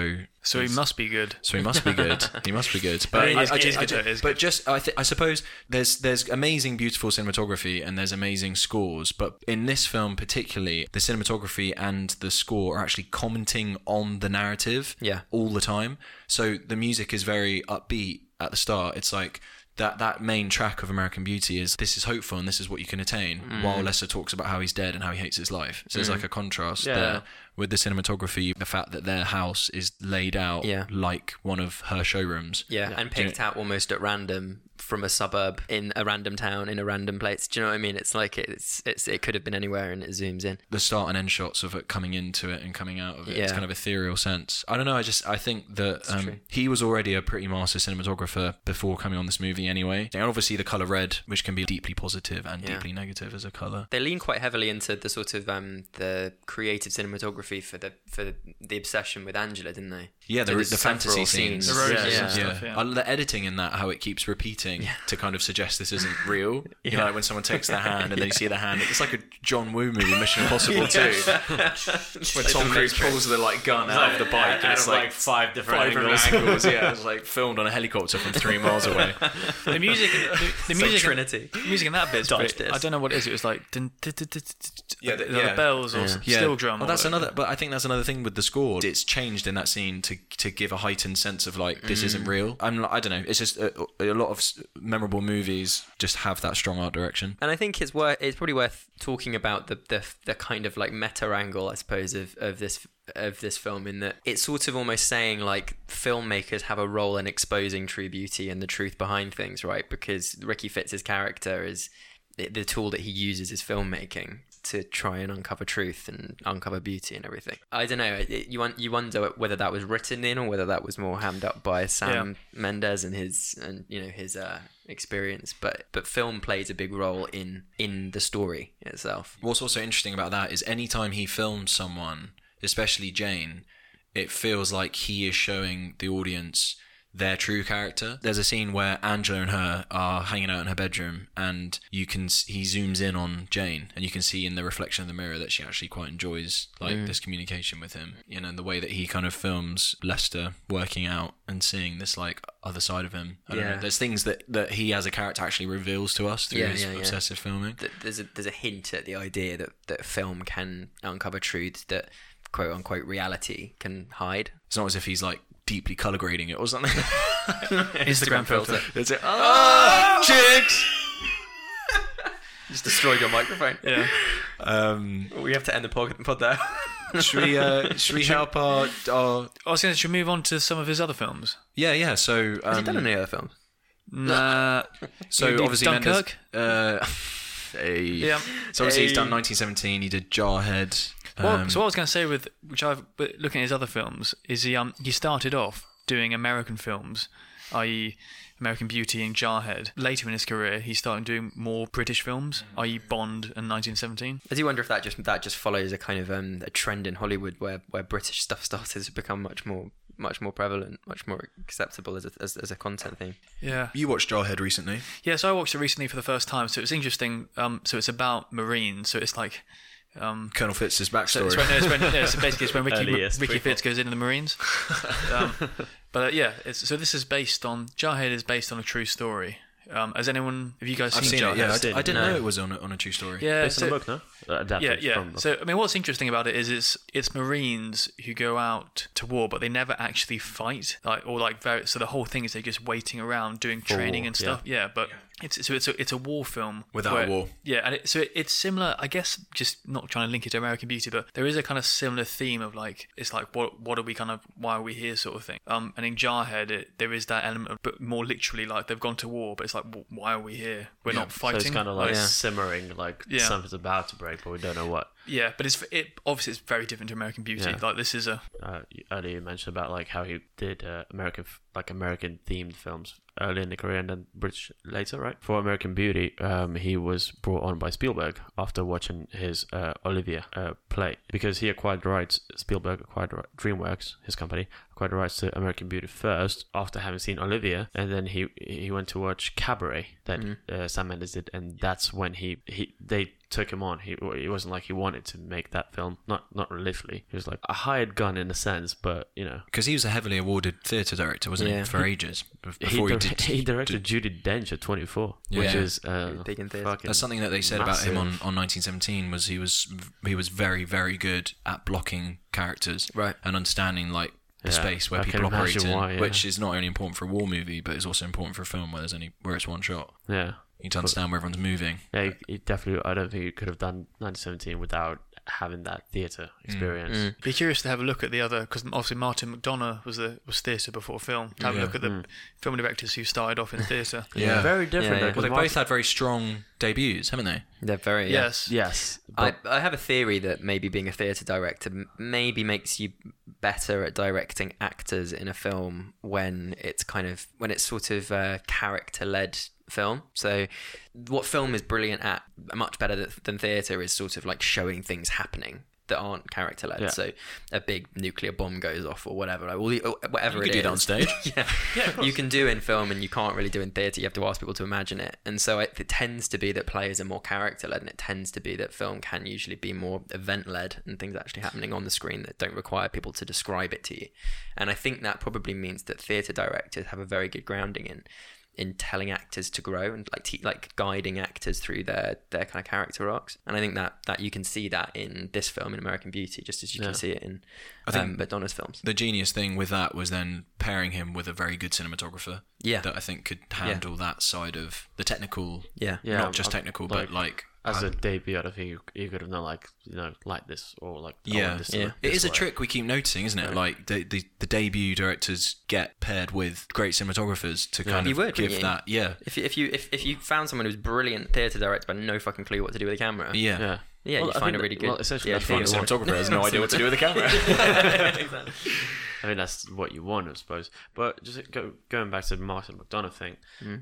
Speaker 4: So he must be good.
Speaker 1: so he must be good. he must be good. But
Speaker 4: I mean,
Speaker 1: I,
Speaker 4: it's
Speaker 1: I
Speaker 4: good,
Speaker 1: just,
Speaker 4: it's
Speaker 1: I
Speaker 4: good,
Speaker 1: ju-
Speaker 4: it's
Speaker 1: but
Speaker 4: good.
Speaker 1: just I, th- I suppose there's there's amazing, beautiful cinematography and there's amazing scores. But in this film particularly, the cinematography and the score are actually commenting on the narrative.
Speaker 3: Yeah.
Speaker 1: all the time. So the music is very upbeat at the start. It's like. That, that main track of American Beauty is this is hopeful and this is what you can attain,
Speaker 3: Mm.
Speaker 1: while Lester talks about how he's dead and how he hates his life. So there's like a contrast
Speaker 2: Yeah.
Speaker 1: there with the cinematography, the fact that their house is laid out
Speaker 3: Yeah.
Speaker 1: like one of her showrooms.
Speaker 3: Yeah, and picked out almost at random from a suburb in a random town in a random place. Do you know what I mean? It's like it's it's it could have been anywhere, and it zooms in.
Speaker 1: The start and end shots of it coming into it and coming out of it. It's
Speaker 3: Yeah.
Speaker 1: kind of ethereal sense. I don't know. I just I think that um, he was already a pretty master cinematographer before coming on this movie anyway. And obviously the color red, which can be deeply positive and
Speaker 3: Yeah.
Speaker 1: deeply negative as a color.
Speaker 3: They lean quite heavily into the sort of um, the creative cinematography for the for the, the obsession with Angela, didn't they?
Speaker 1: Yeah,
Speaker 3: So
Speaker 1: the,
Speaker 3: there's
Speaker 1: the fantasy
Speaker 3: several
Speaker 1: scenes,
Speaker 3: scenes.
Speaker 4: The roses
Speaker 2: Yeah.
Speaker 4: and stuff.
Speaker 1: Yeah.
Speaker 4: Yeah.
Speaker 1: I love the editing in that, how it keeps repeating to kind of suggest this isn't real. You know, like when someone takes their hand and then you see the hand, it's like a John Woo movie, Mission Impossible too. 2, where Tom Cruise pulls the like gun out of the bike and it's like
Speaker 2: five different
Speaker 1: five different angles. Yeah, it's like filmed on a helicopter from three miles away.
Speaker 4: The music, the, the
Speaker 3: It's like
Speaker 4: music, in-
Speaker 3: Trinity.
Speaker 4: the music in that bit. is
Speaker 3: Dodge
Speaker 4: pretty-
Speaker 3: this.
Speaker 4: I don't know what it is. It was like dun, dun, dun, dun, dun,
Speaker 1: Yeah,
Speaker 4: dun,
Speaker 1: the-
Speaker 4: the
Speaker 1: yeah.
Speaker 4: bells or s- steel drum.
Speaker 1: Well,
Speaker 4: or
Speaker 1: that's
Speaker 4: whatever.
Speaker 1: another. But I think that's another thing with the score. It's changed in that scene to to give a heightened sense of like this isn't real. I'm li- I don't know. It's just a, a lot of s- memorable movies just have that strong art direction.
Speaker 3: And I think it's worth it's probably worth talking about the the, the kind of like meta angle, I suppose, of, of this of this film in that it's sort of almost saying like filmmakers have a role in exposing true beauty and the truth behind things, right? Because Ricky Fitz's character is the, the tool that he uses is filmmaking to try and uncover truth and uncover beauty and everything. I don't know. It, it- you won- you wonder whether that was written in or whether that was more hammed up by Sam Mendes and his and you know his uh, experience. But but film plays a big role in in the story itself.
Speaker 1: What's also interesting about that is anytime he films someone, especially Jane, it feels like he is showing the audience their true character. There's a scene where Angela and her are hanging out in her bedroom, and you can s- he zooms in on Jane, and you can see in the reflection of the mirror that she actually quite enjoys like
Speaker 3: Mm.
Speaker 1: this communication with him. You know, and the way that he kind of films Lester working out and seeing this like other side of him. I don't
Speaker 3: Yeah.
Speaker 1: know. There's things that that he as a character actually reveals to us through
Speaker 3: Yeah,
Speaker 1: his
Speaker 3: yeah, yeah.
Speaker 1: obsessive filming.
Speaker 3: Th- There's a there's a hint at the idea that that film can uncover truths that quote unquote reality can hide.
Speaker 1: It's not as if he's like deeply color grading it or something.
Speaker 4: Instagram filter.
Speaker 1: It's like, oh, chicks.
Speaker 3: Just destroyed your microphone.
Speaker 4: Yeah.
Speaker 1: Um,
Speaker 3: We have to end the pod, pod there.
Speaker 1: should we? Uh, should we help our, our?
Speaker 4: I was going to move on to some of his other films.
Speaker 1: Yeah, yeah. So,
Speaker 3: Has he done
Speaker 1: um,
Speaker 3: any other films?
Speaker 4: Nah.
Speaker 1: so
Speaker 4: You did
Speaker 1: obviously Mendes.
Speaker 4: Dunkirk?
Speaker 1: Uh, hey.
Speaker 4: Yeah.
Speaker 1: So obviously he's done 1917. He did Jarhead.
Speaker 4: Well,
Speaker 1: Um,
Speaker 4: so what I was going to say with which I've but looking at his other films is he um he started off doing American films, i.e. American Beauty and Jarhead. Later in his career, he started doing more British films, i.e. Bond and 1917.
Speaker 3: I do wonder if that just that just follows a kind of um, a trend in Hollywood where, where British stuff started to become much more much more prevalent, much more acceptable as a, as, as a content thing.
Speaker 4: Yeah.
Speaker 1: you watched Jarhead recently.
Speaker 4: Yeah, so I watched it recently for the first time, so it was interesting. Um, so it's about Marines, so it's like, um,
Speaker 1: Colonel Fitz's
Speaker 4: so
Speaker 1: backstory.
Speaker 4: it's when, no, it's when, no, so basically it's when Ricky,
Speaker 2: Earliest
Speaker 4: Ricky
Speaker 2: prequel.
Speaker 4: Fitz goes into the Marines. Um, but uh, yeah, it's, so this is based on Jarhead is based on a true story. Um, has anyone? Have you guys
Speaker 1: I've
Speaker 4: seen,
Speaker 1: seen it.
Speaker 4: Jarhead?
Speaker 1: Yeah, I,
Speaker 2: I've
Speaker 1: d-
Speaker 2: seen
Speaker 1: I
Speaker 2: it,
Speaker 1: didn't
Speaker 3: no.
Speaker 1: know it was on a, on a true story.
Speaker 4: Yeah,
Speaker 2: Based
Speaker 4: so-
Speaker 2: on the book, no? Uh,
Speaker 4: yeah,
Speaker 2: Adapted
Speaker 4: yeah.
Speaker 2: From the
Speaker 4: So I mean, what's interesting about it is it's it's Marines who go out to war, but they never actually fight, like or like very, so the whole thing is they're just waiting around doing training
Speaker 2: war,
Speaker 4: and stuff. Yeah, but it's so it's a, it's a war film
Speaker 1: Without a war.
Speaker 4: Yeah, and it, so it, it's similar, I guess. Just not trying to link it to American Beauty, but there is a kind of similar theme of like it's like what what are we kind of why are we here sort of thing. Um, and in Jarhead, it, there is that element of but more literally like they've gone to war, but it's like w- why are we here? We're not
Speaker 2: So
Speaker 4: fighting.
Speaker 2: it's kind of like
Speaker 4: yeah.
Speaker 2: simmering, like
Speaker 4: Yeah.
Speaker 2: something's about to break, but we don't know what.
Speaker 4: yeah, but it's it obviously it's very different to American Beauty.
Speaker 2: Yeah.
Speaker 4: Like this is a
Speaker 2: uh, you- earlier you mentioned about like how he did uh, American f- like American themed films early in the career and then British later, right? For American Beauty, um, he was brought on by Spielberg after watching his uh, Olivia uh, play because he acquired the rights. Spielberg acquired the ri- DreamWorks, his company, acquired the rights to American Beauty first after having seen Olivia, and then he he went to watch Cabaret that uh, Sam Mendes did, and that's when he he they took him on. He it wasn't like he wanted to make that film. Not not literally. He was like a hired gun in a sense, but you know.
Speaker 1: Because he was a heavily awarded theatre director, wasn't
Speaker 3: Yeah.
Speaker 1: he, for ages bef-
Speaker 2: He,
Speaker 1: before he,
Speaker 2: dir-
Speaker 1: did.
Speaker 2: he directed Judy Dench at 24, which
Speaker 1: Yeah.
Speaker 2: is uh,
Speaker 3: Big in theatre.
Speaker 2: fucking
Speaker 1: That's something that they said about him on,
Speaker 2: massive.
Speaker 1: on 1917 was he was he was very very good at blocking characters
Speaker 3: Right.
Speaker 1: and understanding like the
Speaker 2: Yeah,
Speaker 1: space where
Speaker 2: I
Speaker 1: people
Speaker 2: can
Speaker 1: operate
Speaker 2: imagine
Speaker 1: in,
Speaker 2: why, yeah.
Speaker 1: which is not only important for a war movie but is also important for a film where there's only where it's one shot.
Speaker 2: Yeah.
Speaker 1: You need to understand where everyone's moving.
Speaker 2: Yeah, he, he definitely. I don't think he could have done 1917 without having that theatre
Speaker 1: Mm,
Speaker 2: experience.
Speaker 4: be curious to have a look at the other because obviously Martin McDonough was the was theatre before film. To have a
Speaker 1: Yeah.
Speaker 4: look at the film directors who started off in theatre.
Speaker 1: Yeah.
Speaker 2: Very different.
Speaker 3: Yeah,
Speaker 2: though,
Speaker 3: yeah.
Speaker 1: Well,
Speaker 2: 'cause
Speaker 1: they
Speaker 2: Martin-
Speaker 1: both had very strong debuts, haven't they?
Speaker 3: They're very yeah.
Speaker 4: Yes.
Speaker 2: Yes.
Speaker 3: I,
Speaker 2: but-
Speaker 3: I have a theory that maybe being a theatre director m- maybe makes you better at directing actors in a film when it's kind of when it's sort of a character led film. So what film is brilliant at much better th- than theatre is sort of like showing things happening that aren't character led.
Speaker 2: Yeah.
Speaker 3: So a big nuclear bomb goes off or whatever, like all the, whatever
Speaker 1: You
Speaker 3: it
Speaker 1: could do that on
Speaker 3: is.
Speaker 1: stage.
Speaker 3: yeah, you can do in film and you can't really do in theatre. You have to ask people to imagine it. And so it, it tends to be that plays are more character led and it tends to be that film can usually be more event led and things actually happening on the screen that don't require people to describe it to you. And I think that probably means that theatre directors have a very good grounding in in telling actors to grow and like te- like guiding actors through their their kind of character arcs and i think that that you can see that in this film in american beauty just as you
Speaker 2: Yeah.
Speaker 3: can see it in
Speaker 1: I think-
Speaker 3: um, madonna's films
Speaker 1: The genius thing with that was then pairing him with a very good cinematographer.
Speaker 3: Yeah.
Speaker 1: That I think could handle that side of the technical,
Speaker 3: yeah
Speaker 2: Yeah,
Speaker 1: not just
Speaker 2: I'm-
Speaker 1: technical,
Speaker 2: like,
Speaker 1: but like
Speaker 2: as
Speaker 1: how-
Speaker 2: a debut, I don't think you, you could have known like you know like this or like I want
Speaker 1: Yeah,
Speaker 2: this to
Speaker 3: yeah.
Speaker 2: look
Speaker 1: It
Speaker 2: this
Speaker 1: is a
Speaker 2: way.
Speaker 1: trick we keep noticing, isn't it? Like the, the the debut directors get paired with great cinematographers to kind
Speaker 3: You
Speaker 1: of
Speaker 3: would,
Speaker 1: give
Speaker 3: wouldn't you?
Speaker 1: that. Yeah,
Speaker 3: If you, if you if, if you found someone who's brilliant theatre director but no fucking clue what to do with a camera,
Speaker 1: yeah,
Speaker 2: Yeah.
Speaker 3: yeah,
Speaker 2: Well,
Speaker 3: you
Speaker 2: I
Speaker 3: find
Speaker 2: think
Speaker 3: a really
Speaker 2: that-
Speaker 3: good.
Speaker 2: well, essentially
Speaker 3: yeah,
Speaker 2: that's what
Speaker 3: theatre
Speaker 2: I want.
Speaker 3: director.
Speaker 5: Cinematographer has no idea what to do with the camera.
Speaker 2: I mean, that's what you want, I suppose. But just go, going back to the Martin McDonough thing.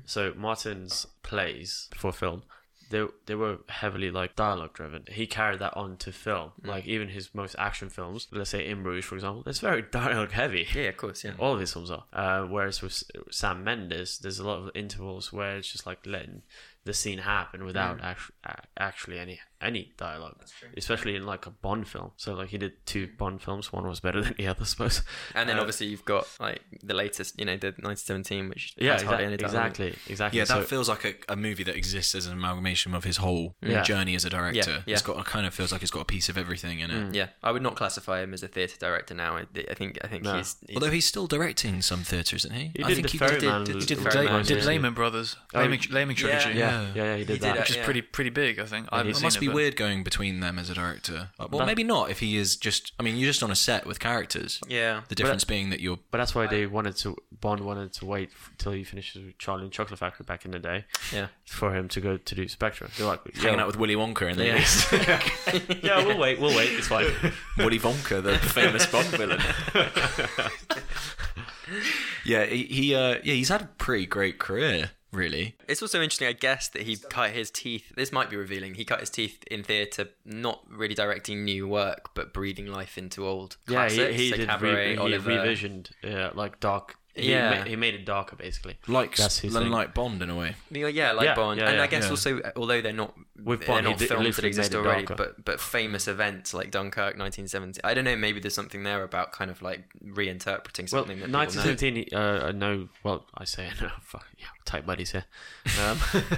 Speaker 2: So Martin's plays before film, they they were heavily like dialogue driven. He carried that on to film. Like even his most action films, let's say In Bruges, for example, it's very dialogue heavy.
Speaker 3: Yeah, of course, yeah.
Speaker 2: All of his films are. Uh, whereas with S- Sam Mendes, there's a lot of intervals where it's just like letting the scene happen without actu- a- actually any any dialogue, especially in like a Bond film. So like he did two Bond films. One was better than the other, I suppose.
Speaker 3: And then
Speaker 2: Uh,
Speaker 3: obviously you've got like the latest, you know, the 1917, which
Speaker 2: yeah,
Speaker 3: has
Speaker 2: exactly,
Speaker 3: hardly any dialogue.
Speaker 2: exactly, exactly.
Speaker 1: Yeah, that
Speaker 2: so,
Speaker 1: feels like a, a movie that exists as an amalgamation of his whole
Speaker 2: Yeah. Mm.
Speaker 1: journey as a director.
Speaker 3: Yeah, yeah.
Speaker 1: It's got it kind of feels like it's got a piece of everything in it.
Speaker 3: Yeah, I would not classify him as a theatre director now. I, I think I think
Speaker 2: No.
Speaker 3: he's, he's
Speaker 1: Although he's still directing some theatre, isn't he?
Speaker 2: He
Speaker 1: I
Speaker 2: did
Speaker 1: think
Speaker 2: the
Speaker 1: he
Speaker 2: Ferryman
Speaker 1: did,
Speaker 2: as
Speaker 1: did,
Speaker 4: Did,
Speaker 1: did, did
Speaker 2: well. Very
Speaker 4: Lehman,
Speaker 2: much,
Speaker 4: did
Speaker 2: yeah.
Speaker 4: Lehman Brothers,
Speaker 2: Oh,
Speaker 4: Lehman, Lehman trilogy,
Speaker 1: yeah.
Speaker 2: yeah, yeah, he did
Speaker 3: He did
Speaker 2: that.
Speaker 3: that,
Speaker 4: which is
Speaker 3: yeah.
Speaker 4: pretty pretty big, I think. I
Speaker 2: And
Speaker 4: haven't
Speaker 2: he's-
Speaker 1: It
Speaker 4: seen
Speaker 1: must
Speaker 4: it,
Speaker 1: be
Speaker 4: but-
Speaker 1: weird going between them as a director. Well, maybe not if he is just. I mean, you're just on a set with characters.
Speaker 3: yeah.
Speaker 1: The difference being that you're.
Speaker 2: But that's why they wanted to Bond wanted to wait f- till he finishes with Charlie and Chocolate Factory back in the day
Speaker 3: Yeah.
Speaker 2: for him to go to do Spectre. They're like,
Speaker 1: Hanging
Speaker 2: "Yo,
Speaker 1: out with Willy Wonka in the
Speaker 2: Yeah. yeah, we'll wait, we'll wait. It's fine.
Speaker 1: Willy Wonka, the famous Bond villain. yeah, he, he uh, yeah, he's had a pretty great career, really.
Speaker 3: It's also interesting, I guess, that he cut his teeth. This might be revealing. He cut his teeth in theatre, not really directing new work, but breathing life into old
Speaker 2: yeah, he,
Speaker 3: classics.
Speaker 2: he
Speaker 3: so
Speaker 2: did
Speaker 3: Cabaret,
Speaker 2: re- he
Speaker 3: Oliver.
Speaker 2: revisioned uh, like dark. He
Speaker 3: Yeah.
Speaker 2: ma- he made it darker basically.
Speaker 1: Like
Speaker 2: That's his
Speaker 1: like
Speaker 2: thing.
Speaker 1: Bond in a way.
Speaker 3: Yeah, yeah, like
Speaker 2: Yeah,
Speaker 3: Bond,
Speaker 2: yeah,
Speaker 3: and I
Speaker 2: yeah.
Speaker 3: guess
Speaker 1: Yeah.
Speaker 3: also, although they're not
Speaker 2: With
Speaker 3: they're
Speaker 2: Bond,
Speaker 3: not
Speaker 2: he did-
Speaker 3: films that
Speaker 2: literally
Speaker 3: exist
Speaker 2: made it
Speaker 3: already,
Speaker 2: darker.
Speaker 3: but but famous events like Dunkirk, 1970. I don't know, maybe there's something there about kind of like reinterpreting
Speaker 2: Well,
Speaker 3: something that people know.
Speaker 2: 1917. Uh, I know. Well, I say I know. Fuck yeah, tight buddies here. Um,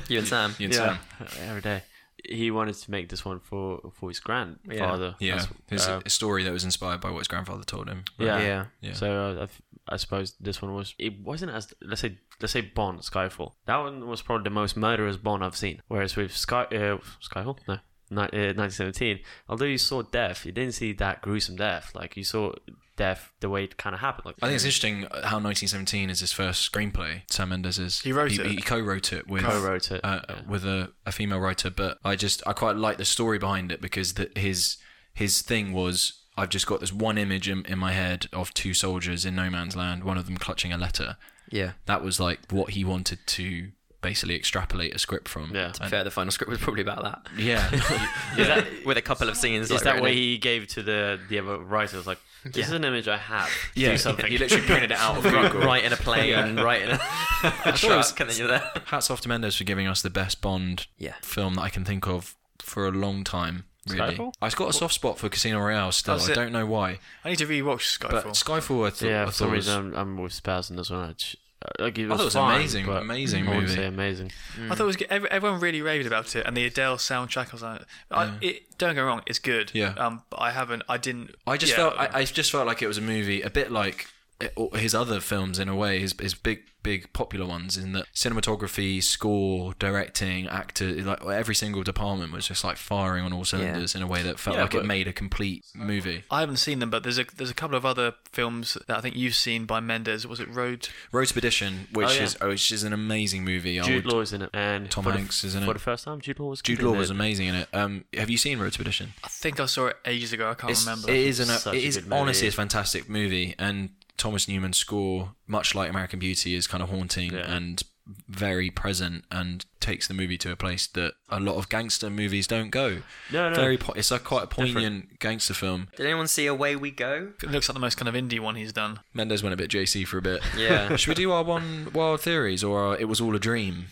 Speaker 3: You and Sam,
Speaker 1: You know,
Speaker 2: yeah,
Speaker 3: um,
Speaker 2: every day. He wanted to make this one for for his grandfather.
Speaker 1: yeah.
Speaker 2: That's-
Speaker 1: It's
Speaker 2: uh,
Speaker 1: a story that was inspired by what his grandfather told him.
Speaker 2: Yeah.
Speaker 3: Yeah.
Speaker 1: Yeah.
Speaker 2: So uh, I, th- I suppose this one was. It wasn't as let's say let's say Bond Skyfall. That one was probably the most murderous Bond I've seen. Whereas with Sky uh, Skyfall, no, ni- uh, 1917, although you saw death, you didn't see that gruesome death. Like you saw death the way it kind of happened. Like
Speaker 1: I think it's interesting how 1917 is his first screenplay. Sam Mendes is
Speaker 4: He wrote it.
Speaker 1: He co-wrote it with
Speaker 2: Co-wrote it,
Speaker 1: uh,
Speaker 2: yeah.
Speaker 1: with a, a female writer. But I just I quite like the story behind it because that his his thing was I've just got this one image in, in my head of two soldiers in no man's land, one of them clutching a letter.
Speaker 3: Yeah.
Speaker 1: That was like what he wanted to basically extrapolate a script from.
Speaker 2: Yeah.
Speaker 1: And-
Speaker 3: Fair, the final script was probably about that.
Speaker 1: yeah.
Speaker 2: Is that-
Speaker 3: With a couple of scenes.
Speaker 2: Is
Speaker 3: like,
Speaker 2: that
Speaker 3: written
Speaker 2: what
Speaker 3: in.
Speaker 2: he gave to the the other writers? Like, this is an image I have.
Speaker 1: Yeah.
Speaker 2: Do something.
Speaker 1: You literally printed it out of
Speaker 3: Right,
Speaker 1: Google.
Speaker 3: right in a plane, right in a, a
Speaker 1: thought it was-
Speaker 3: truck, and then you're there.
Speaker 1: Hats off to Mendes for giving us the best Bond
Speaker 3: Yeah.
Speaker 1: film that I can think of for a long time. Really,
Speaker 2: Skyfall?
Speaker 1: I've got a soft spot for Casino Royale still.
Speaker 4: That's
Speaker 1: I
Speaker 4: it.
Speaker 1: don't know why,
Speaker 4: I need to rewatch Skyfall.
Speaker 1: but Skyfall, I, th-
Speaker 2: yeah,
Speaker 1: I
Speaker 2: for
Speaker 1: thought
Speaker 2: some
Speaker 1: was-
Speaker 2: reason, I'm, I'm with Spaz on this one. I, j- like, it was
Speaker 1: thought it was
Speaker 2: fine,
Speaker 1: amazing,
Speaker 2: but
Speaker 1: amazing
Speaker 2: I wouldn't
Speaker 1: movie.
Speaker 2: say amazing.
Speaker 4: I thought it was good. Every, everyone really raved about it, and the Adele soundtrack. I was like, I, it, don't go wrong, it's good.
Speaker 1: Yeah.
Speaker 4: Um, but I haven't. I didn't.
Speaker 1: I just
Speaker 4: yeah,
Speaker 1: felt I, I just felt like it was a movie a bit like it- or his other films in a way his, his big big popular ones in that cinematography score directing actor like every single department was just like firing on all cylinders in a way that felt
Speaker 2: Yeah,
Speaker 1: like it
Speaker 2: but-
Speaker 1: made a complete movie
Speaker 4: I haven't seen them, but there's a there's a couple of other films that I think you've seen by Mendes. Was it Road?
Speaker 1: Road to Perdition which
Speaker 2: Oh, yeah.
Speaker 1: is oh, which is an amazing movie I
Speaker 2: Jude
Speaker 1: would-
Speaker 2: Law is in it, and
Speaker 1: Tom
Speaker 2: for the-
Speaker 1: Hanks is in
Speaker 2: for
Speaker 1: it.
Speaker 2: the first time. Jude Law was.
Speaker 1: Jude
Speaker 2: good in
Speaker 1: Law
Speaker 2: it.
Speaker 1: was amazing in it um have you seen Road to Perdition
Speaker 4: I think I saw it ages ago. I can't
Speaker 1: it's,
Speaker 4: remember.
Speaker 1: It is an
Speaker 2: Such
Speaker 1: it
Speaker 2: a
Speaker 1: is
Speaker 2: good movie.
Speaker 1: honestly a fantastic movie, and Thomas Newman's score, much like American Beauty, is kind of haunting
Speaker 2: Yeah.
Speaker 1: and very present, and takes the movie to a place that a lot of gangster movies don't go.
Speaker 2: No, no.
Speaker 1: very. Po- it's a quite a poignant gangster film.
Speaker 3: Did anyone see Away We Go?
Speaker 4: It looks like the most kind of indie one he's done.
Speaker 1: Mendes went a bit JC for a bit.
Speaker 3: Yeah.
Speaker 1: Should we do our one wild theories or our it was all a dream?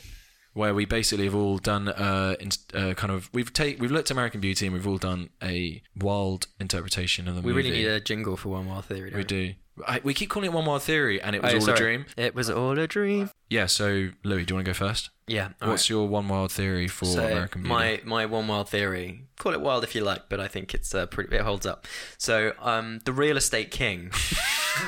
Speaker 1: Where we basically have all done uh, in, uh, kind of we've take we've looked at American Beauty and we've all done a wild interpretation of the
Speaker 3: We
Speaker 1: movie.
Speaker 3: really need a jingle for One Wild Theory.
Speaker 1: We do. I, we keep calling it One Wild Theory, and it was
Speaker 3: Oh,
Speaker 1: all
Speaker 3: sorry.
Speaker 1: a dream.
Speaker 3: It was all a dream.
Speaker 1: Yeah. So, Louis, do you want to go first?
Speaker 3: Yeah. all
Speaker 1: What's your One Wild Theory for
Speaker 3: so
Speaker 1: American Beauty?
Speaker 3: my my one wild theory call it wild if you like but i think it's uh, pretty it holds up so um the real estate king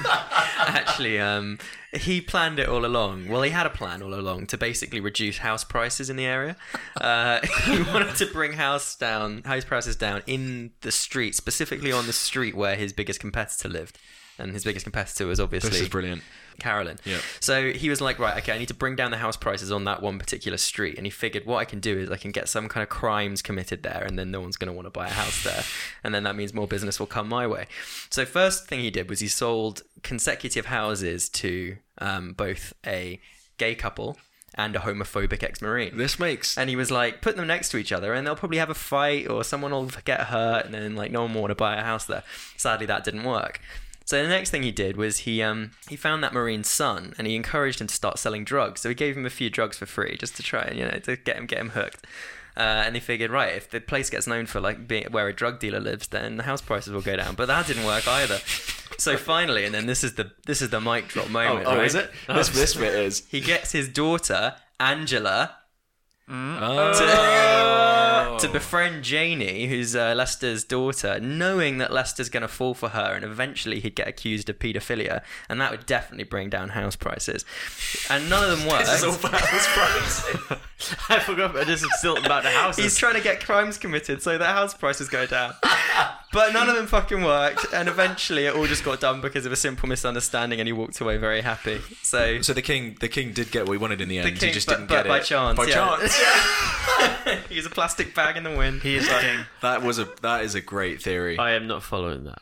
Speaker 3: actually um he planned it all along well he had a plan all along to basically reduce house prices in the area uh he wanted to bring house down house prices down in the street specifically on the street where his biggest competitor lived and his biggest competitor was obviously
Speaker 1: this is brilliant.
Speaker 3: Carolyn.
Speaker 1: Yeah.
Speaker 3: So he was like, right, okay, I need to bring down the house prices on that one particular street. And he figured what I can do is I can get some kind of crimes committed there, and then no one's going to want to buy a house there. And then that means more business will come my way. So, first thing he did was he sold consecutive houses to um, both a gay couple and a homophobic ex marine.
Speaker 1: This makes
Speaker 3: And he was like, put them next to each other, and they'll probably have a fight, or someone will get hurt, and then like no one will want to buy a house there. Sadly, that didn't work. So the next thing he did was he um he found that marine's son, and he encouraged him to start selling drugs. So he gave him a few drugs for free, just to try and you know to get him get him hooked. Uh, and he figured, right, if the place gets known for like being where a drug dealer lives, then the house prices will go down. But that didn't work either. So finally, and then this is the this is the mic drop moment. right?
Speaker 1: This this bit is.
Speaker 3: He gets his daughter Angela
Speaker 1: Oh.
Speaker 3: to, to befriend Janie, who's uh, Lester's daughter, knowing that Lester's going to fall for her and eventually he'd get accused of paedophilia, and that would definitely bring down house prices. And none of them worked.
Speaker 2: I forgot, but this is still about the houses.
Speaker 3: He's trying to get crimes committed so that house prices go down. But none of them fucking worked, and eventually it all just got done because of a simple misunderstanding, and he walked away very happy. So,
Speaker 1: So the king, the king did get what he wanted in the end.
Speaker 3: the king,
Speaker 1: he just
Speaker 3: but,
Speaker 1: didn't
Speaker 3: but
Speaker 1: get
Speaker 3: by
Speaker 1: it
Speaker 3: chance,
Speaker 1: By
Speaker 3: yeah.
Speaker 1: chance.
Speaker 3: he was a plastic bag in the wind.
Speaker 4: He is the king.
Speaker 1: That was a that is a great theory.
Speaker 2: I am not following that.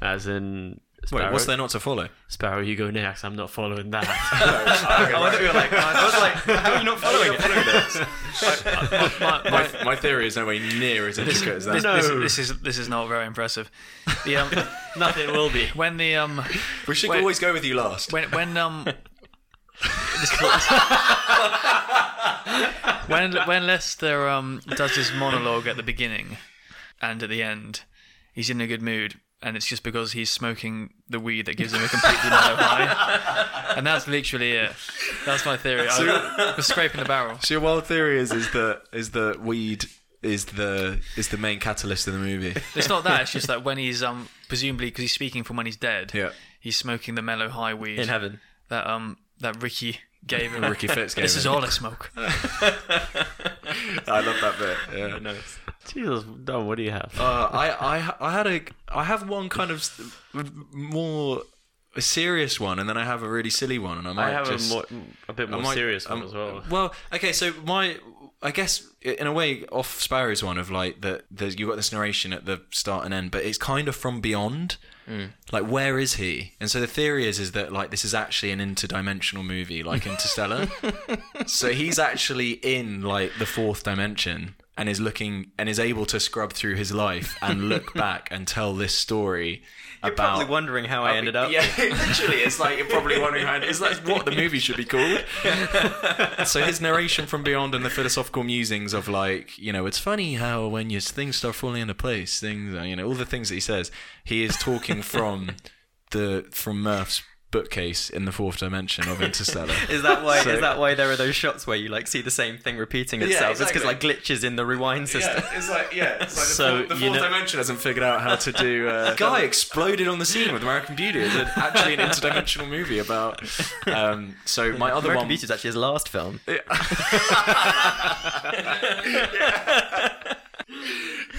Speaker 2: As in. Sparrow,
Speaker 1: Wait, what's there not to follow?
Speaker 2: Sparrow, you go next. I'm not following that.
Speaker 3: I thought you were like, "Oh, I was like, how are you not following it?
Speaker 1: my, my theory is nowhere near as intricate as
Speaker 4: This, this, this is this is not very impressive. The, um,
Speaker 2: Nothing will be.
Speaker 4: when the um
Speaker 1: We should
Speaker 4: Wait.
Speaker 1: always go with you last.
Speaker 4: when when um when when Lester um does his monologue at the beginning and at the end, he's in a good mood, and it's just because he's smoking the weed that gives him a completely mellow high, and that's literally it. That's my theory. I was scraping the barrel.
Speaker 1: So your wild theory is is that is that weed is the is the main catalyst of the movie.
Speaker 4: It's not that. It's just that when he's um presumably because he's speaking from when he's dead,
Speaker 1: Yeah.
Speaker 4: he's smoking the mellow high weed
Speaker 3: In heaven.
Speaker 4: that um that Ricky gave him.
Speaker 1: Ricky Fitz gave
Speaker 4: This is
Speaker 1: him.
Speaker 4: all I smoke.
Speaker 1: I love that bit. Yeah.
Speaker 3: Nice.
Speaker 2: Jesus, Dom, what do you have?
Speaker 1: Uh, I, I I had a I have one kind of s- more a serious one, and then I have a really silly one, and I might
Speaker 2: I have
Speaker 1: just,
Speaker 2: a, more, a bit
Speaker 1: I
Speaker 2: more
Speaker 1: might-
Speaker 2: serious one
Speaker 1: um,
Speaker 2: as well.
Speaker 1: Well, okay, so my I guess in a way off Sparrow's one of like that there's you got this narration at the start and end, but it's kind of from beyond.
Speaker 2: Hmm.
Speaker 1: Like where is he? And so the theory is is that like this is actually an interdimensional movie, like Interstellar. so he's actually in like the fourth dimension and is looking and is able to scrub through his life and look back and tell this story about
Speaker 3: Probably wondering how I ended up.
Speaker 1: yeah, literally, it's like you're probably wondering how. Is that what the movie should be called? so his narration from beyond and the philosophical musings of like, you know, it's funny how when you things start falling into place, things, uh, you know, all the things that he says, he is talking from the from Murph's bookcase in the fourth dimension of Interstellar.
Speaker 3: Is that why?
Speaker 1: So-
Speaker 3: is that why there are those shots where you like see the same thing repeating itself? It's because like glitches in the rewind system.
Speaker 1: it's like yeah, it's like
Speaker 2: So, fourth- the you fourth know-
Speaker 1: dimension hasn't figured out how to do. Uh, guy exploded on the scene with American Beauty. It's an- actually an interdimensional movie about. Um, so my other
Speaker 3: American
Speaker 1: one,
Speaker 3: Beauty is actually his last film.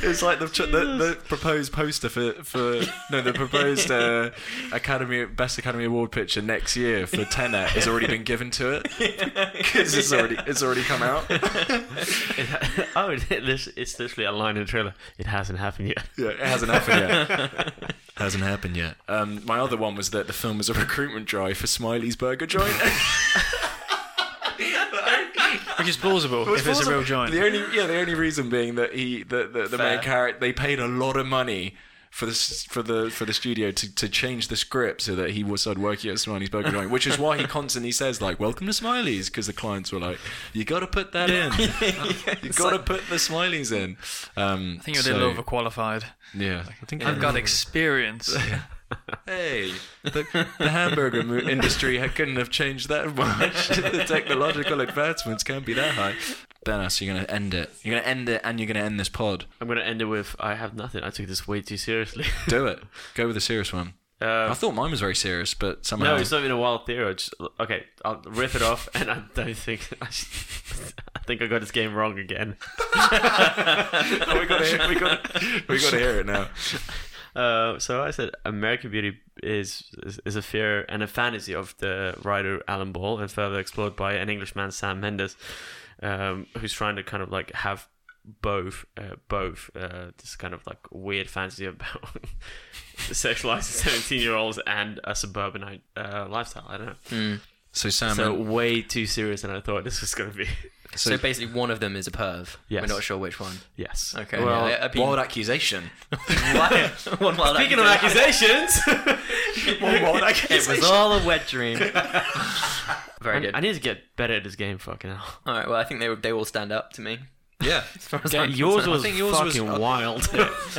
Speaker 1: It's like the, the, the proposed poster for, for no the proposed uh, Academy Best Academy Award picture next year for Tenet has already been given to it because it's already it's already come out.
Speaker 2: oh, this it's literally a line in the trailer. It hasn't happened yet.
Speaker 1: Yeah, it hasn't happened yet. hasn't happened yet. Um, my other one was that the film was a recruitment drive for Smiley's Burger Joint.
Speaker 4: Which is plausible if it's a real joint.
Speaker 1: The only yeah, the only reason being that he the the, the main character they paid a lot of money. For the s- for the for the studio to, to change the script so that he was started working at Smiley's Burger Joint, which is why he constantly says like "Welcome to Smiley's" because the clients were like, "You got to put that in, you got to put the Smiley's in." Um,
Speaker 4: I think you're a little overqualified.
Speaker 1: yeah. I think
Speaker 4: I've got experience.
Speaker 1: Hey, the, the hamburger mo- industry ha- couldn't have changed that much. the technological advancements can't be that high. Dennis, you're going to end it. You're going to end it and you're going to end this pod.
Speaker 2: I'm gonna end it with I have nothing. I took this way too seriously.
Speaker 1: Do it. Go with a serious one. I
Speaker 2: Um,
Speaker 1: thought mine was very serious, but somehow.
Speaker 2: no, it's not even a wild theory. I Just, okay, I'll rip it off, and I don't think I, s- I think I got this game wrong again.
Speaker 1: we got to we gotta, we gotta hear it now.
Speaker 2: Uh, so I said American Beauty is, is is a fear and a fantasy of the writer Alan Ball, and further explored by an Englishman Sam Mendes, um, who's trying to kind of like have both uh, both uh, this kind of like weird fantasy about sexualized seventeen year olds and a suburbanite uh, lifestyle. I don't know.
Speaker 3: Hmm.
Speaker 6: So Sam, uh,
Speaker 2: So way too serious than I thought this was gonna be.
Speaker 3: So, basically, one of them is a perv.
Speaker 2: Yes.
Speaker 3: We're not sure which one.
Speaker 2: yes.
Speaker 3: Okay.
Speaker 2: Well,
Speaker 3: yeah, I- I've been-
Speaker 6: wild accusation.
Speaker 3: one wild
Speaker 2: speaking of accusations,
Speaker 3: it was all a wet dream. Very
Speaker 2: I,
Speaker 3: good.
Speaker 2: I need to get better at this game. Fucking hell.
Speaker 3: all right. Well, I think they they all stand up to me.
Speaker 6: Yeah,
Speaker 3: As far as
Speaker 2: Yeah,
Speaker 3: I'm
Speaker 2: yours
Speaker 3: concerned.
Speaker 2: was
Speaker 6: think yours was-
Speaker 2: fucking
Speaker 6: I-
Speaker 2: wild.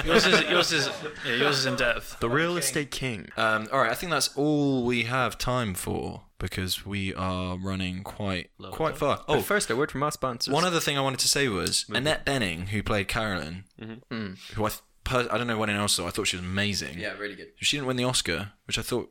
Speaker 4: yours is yours is yeah, yours is in depth.
Speaker 2: the real estate king.
Speaker 6: Um, all right, I think that's all we have time for because we are running quite quite far.
Speaker 3: But
Speaker 6: Oh,
Speaker 3: first, a word from our sponsors.
Speaker 6: one other thing I wanted to say was Annette Benning, who played Carolyn, who I th- per- I don't know when else saw. I thought she was amazing.
Speaker 3: yeah, really good.
Speaker 6: she didn't win the Oscar, which I thought.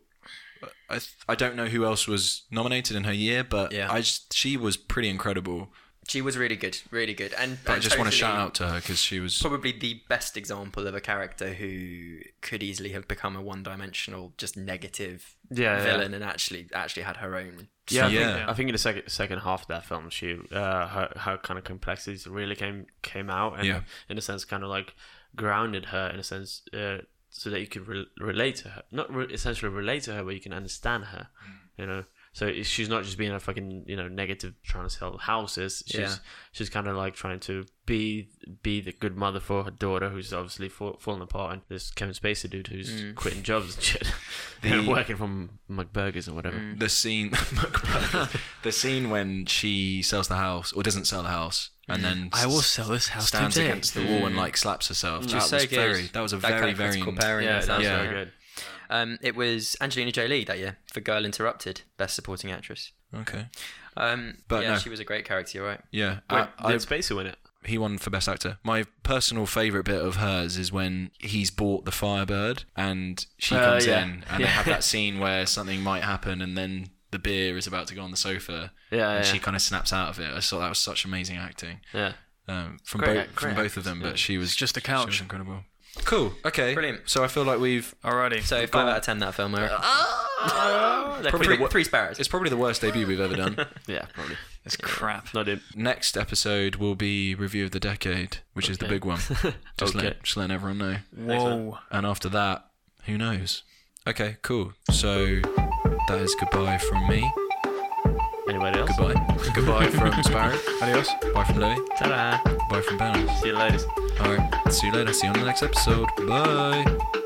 Speaker 6: uh, I th- I don't know who else was nominated in her year, but
Speaker 3: Yeah.
Speaker 6: I just, she was pretty incredible.
Speaker 3: She was really good, really good. And
Speaker 6: But I just want to shout out to her because she was
Speaker 3: Probably the best example of a character who could easily have become a one-dimensional, just negative
Speaker 2: Yeah, yeah.
Speaker 3: villain, and actually actually had her own.
Speaker 2: Yeah, I,
Speaker 6: Yeah.
Speaker 2: Think, I think in the second second half of that film, she uh, her her kind of complexities really came came out, and
Speaker 6: Yeah.
Speaker 2: in a sense, kind of like grounded her in a sense, uh, so that you could re- relate to her, not re- essentially relate to her, but you can understand her, you know. So it- she's not just being a fucking you know negative trying to sell houses. She's
Speaker 3: Yeah.
Speaker 2: she's kind of like trying to be be the good mother for her daughter who's obviously fa- falling apart, and this Kevin Spacey dude who's quitting jobs and shit, and working from McBurgers or whatever.
Speaker 1: Mm,
Speaker 6: the scene McBurger. the scene when she sells the house or doesn't sell the house and then
Speaker 4: I will
Speaker 6: s-
Speaker 4: sell this house
Speaker 6: stands
Speaker 4: today.
Speaker 6: against the wall and like slaps herself. That was
Speaker 3: so good.
Speaker 6: very that was a
Speaker 3: That kind
Speaker 6: very
Speaker 3: of
Speaker 6: very
Speaker 3: critical pairing
Speaker 2: Yeah,
Speaker 3: is
Speaker 2: that's
Speaker 6: Yeah.
Speaker 2: very good.
Speaker 3: Um, it was Angelina Jolie that year for Girl Interrupted, Best Supporting Actress.
Speaker 6: okay.
Speaker 3: Um,
Speaker 6: But
Speaker 3: yeah,
Speaker 6: no.
Speaker 3: she was a great character. You're right.
Speaker 6: Yeah,
Speaker 2: Wait,
Speaker 1: Uh,
Speaker 6: I, I,
Speaker 2: did Spacey win it?
Speaker 6: he won for best actor. My personal favorite bit of hers is when he's bought the Firebird and she
Speaker 2: Uh,
Speaker 6: comes
Speaker 2: yeah.
Speaker 6: in and they have that scene where something might happen and then the beer is about to go on the sofa
Speaker 2: Yeah,
Speaker 6: and
Speaker 2: yeah.
Speaker 6: she kind of snaps out of it. I thought that was such amazing acting.
Speaker 2: Yeah.
Speaker 1: um, from
Speaker 3: Great
Speaker 1: both
Speaker 3: act-
Speaker 1: from
Speaker 3: great
Speaker 1: both of them. But she was
Speaker 4: It's just the
Speaker 1: she was
Speaker 4: couch.
Speaker 1: incredible. Cool. Okay.
Speaker 3: Brilliant.
Speaker 1: So I feel like we've.
Speaker 4: Alrighty.
Speaker 3: So five out of ten that film. Eric.
Speaker 6: Uh,
Speaker 3: Like
Speaker 1: Probably
Speaker 3: three,
Speaker 1: the wo-
Speaker 3: three sparrows.
Speaker 1: It's probably the worst debut we've ever done.
Speaker 2: Yeah, probably.
Speaker 4: it's crap.
Speaker 2: Not it.
Speaker 1: Next episode will be review of the decade, which is the
Speaker 2: Okay.
Speaker 1: big one. Just
Speaker 2: Okay.
Speaker 1: let just letting everyone know.
Speaker 4: Whoa.
Speaker 1: And after that, who knows? Okay, cool. So that is goodbye from me.
Speaker 2: Anybody else?
Speaker 1: Goodbye. goodbye from Sparrow.
Speaker 4: Adios.
Speaker 1: Bye from Louis.
Speaker 2: Ta-da.
Speaker 1: Bye from Banner.
Speaker 2: See you later.
Speaker 1: All right. See you later. See you on the next episode. Bye.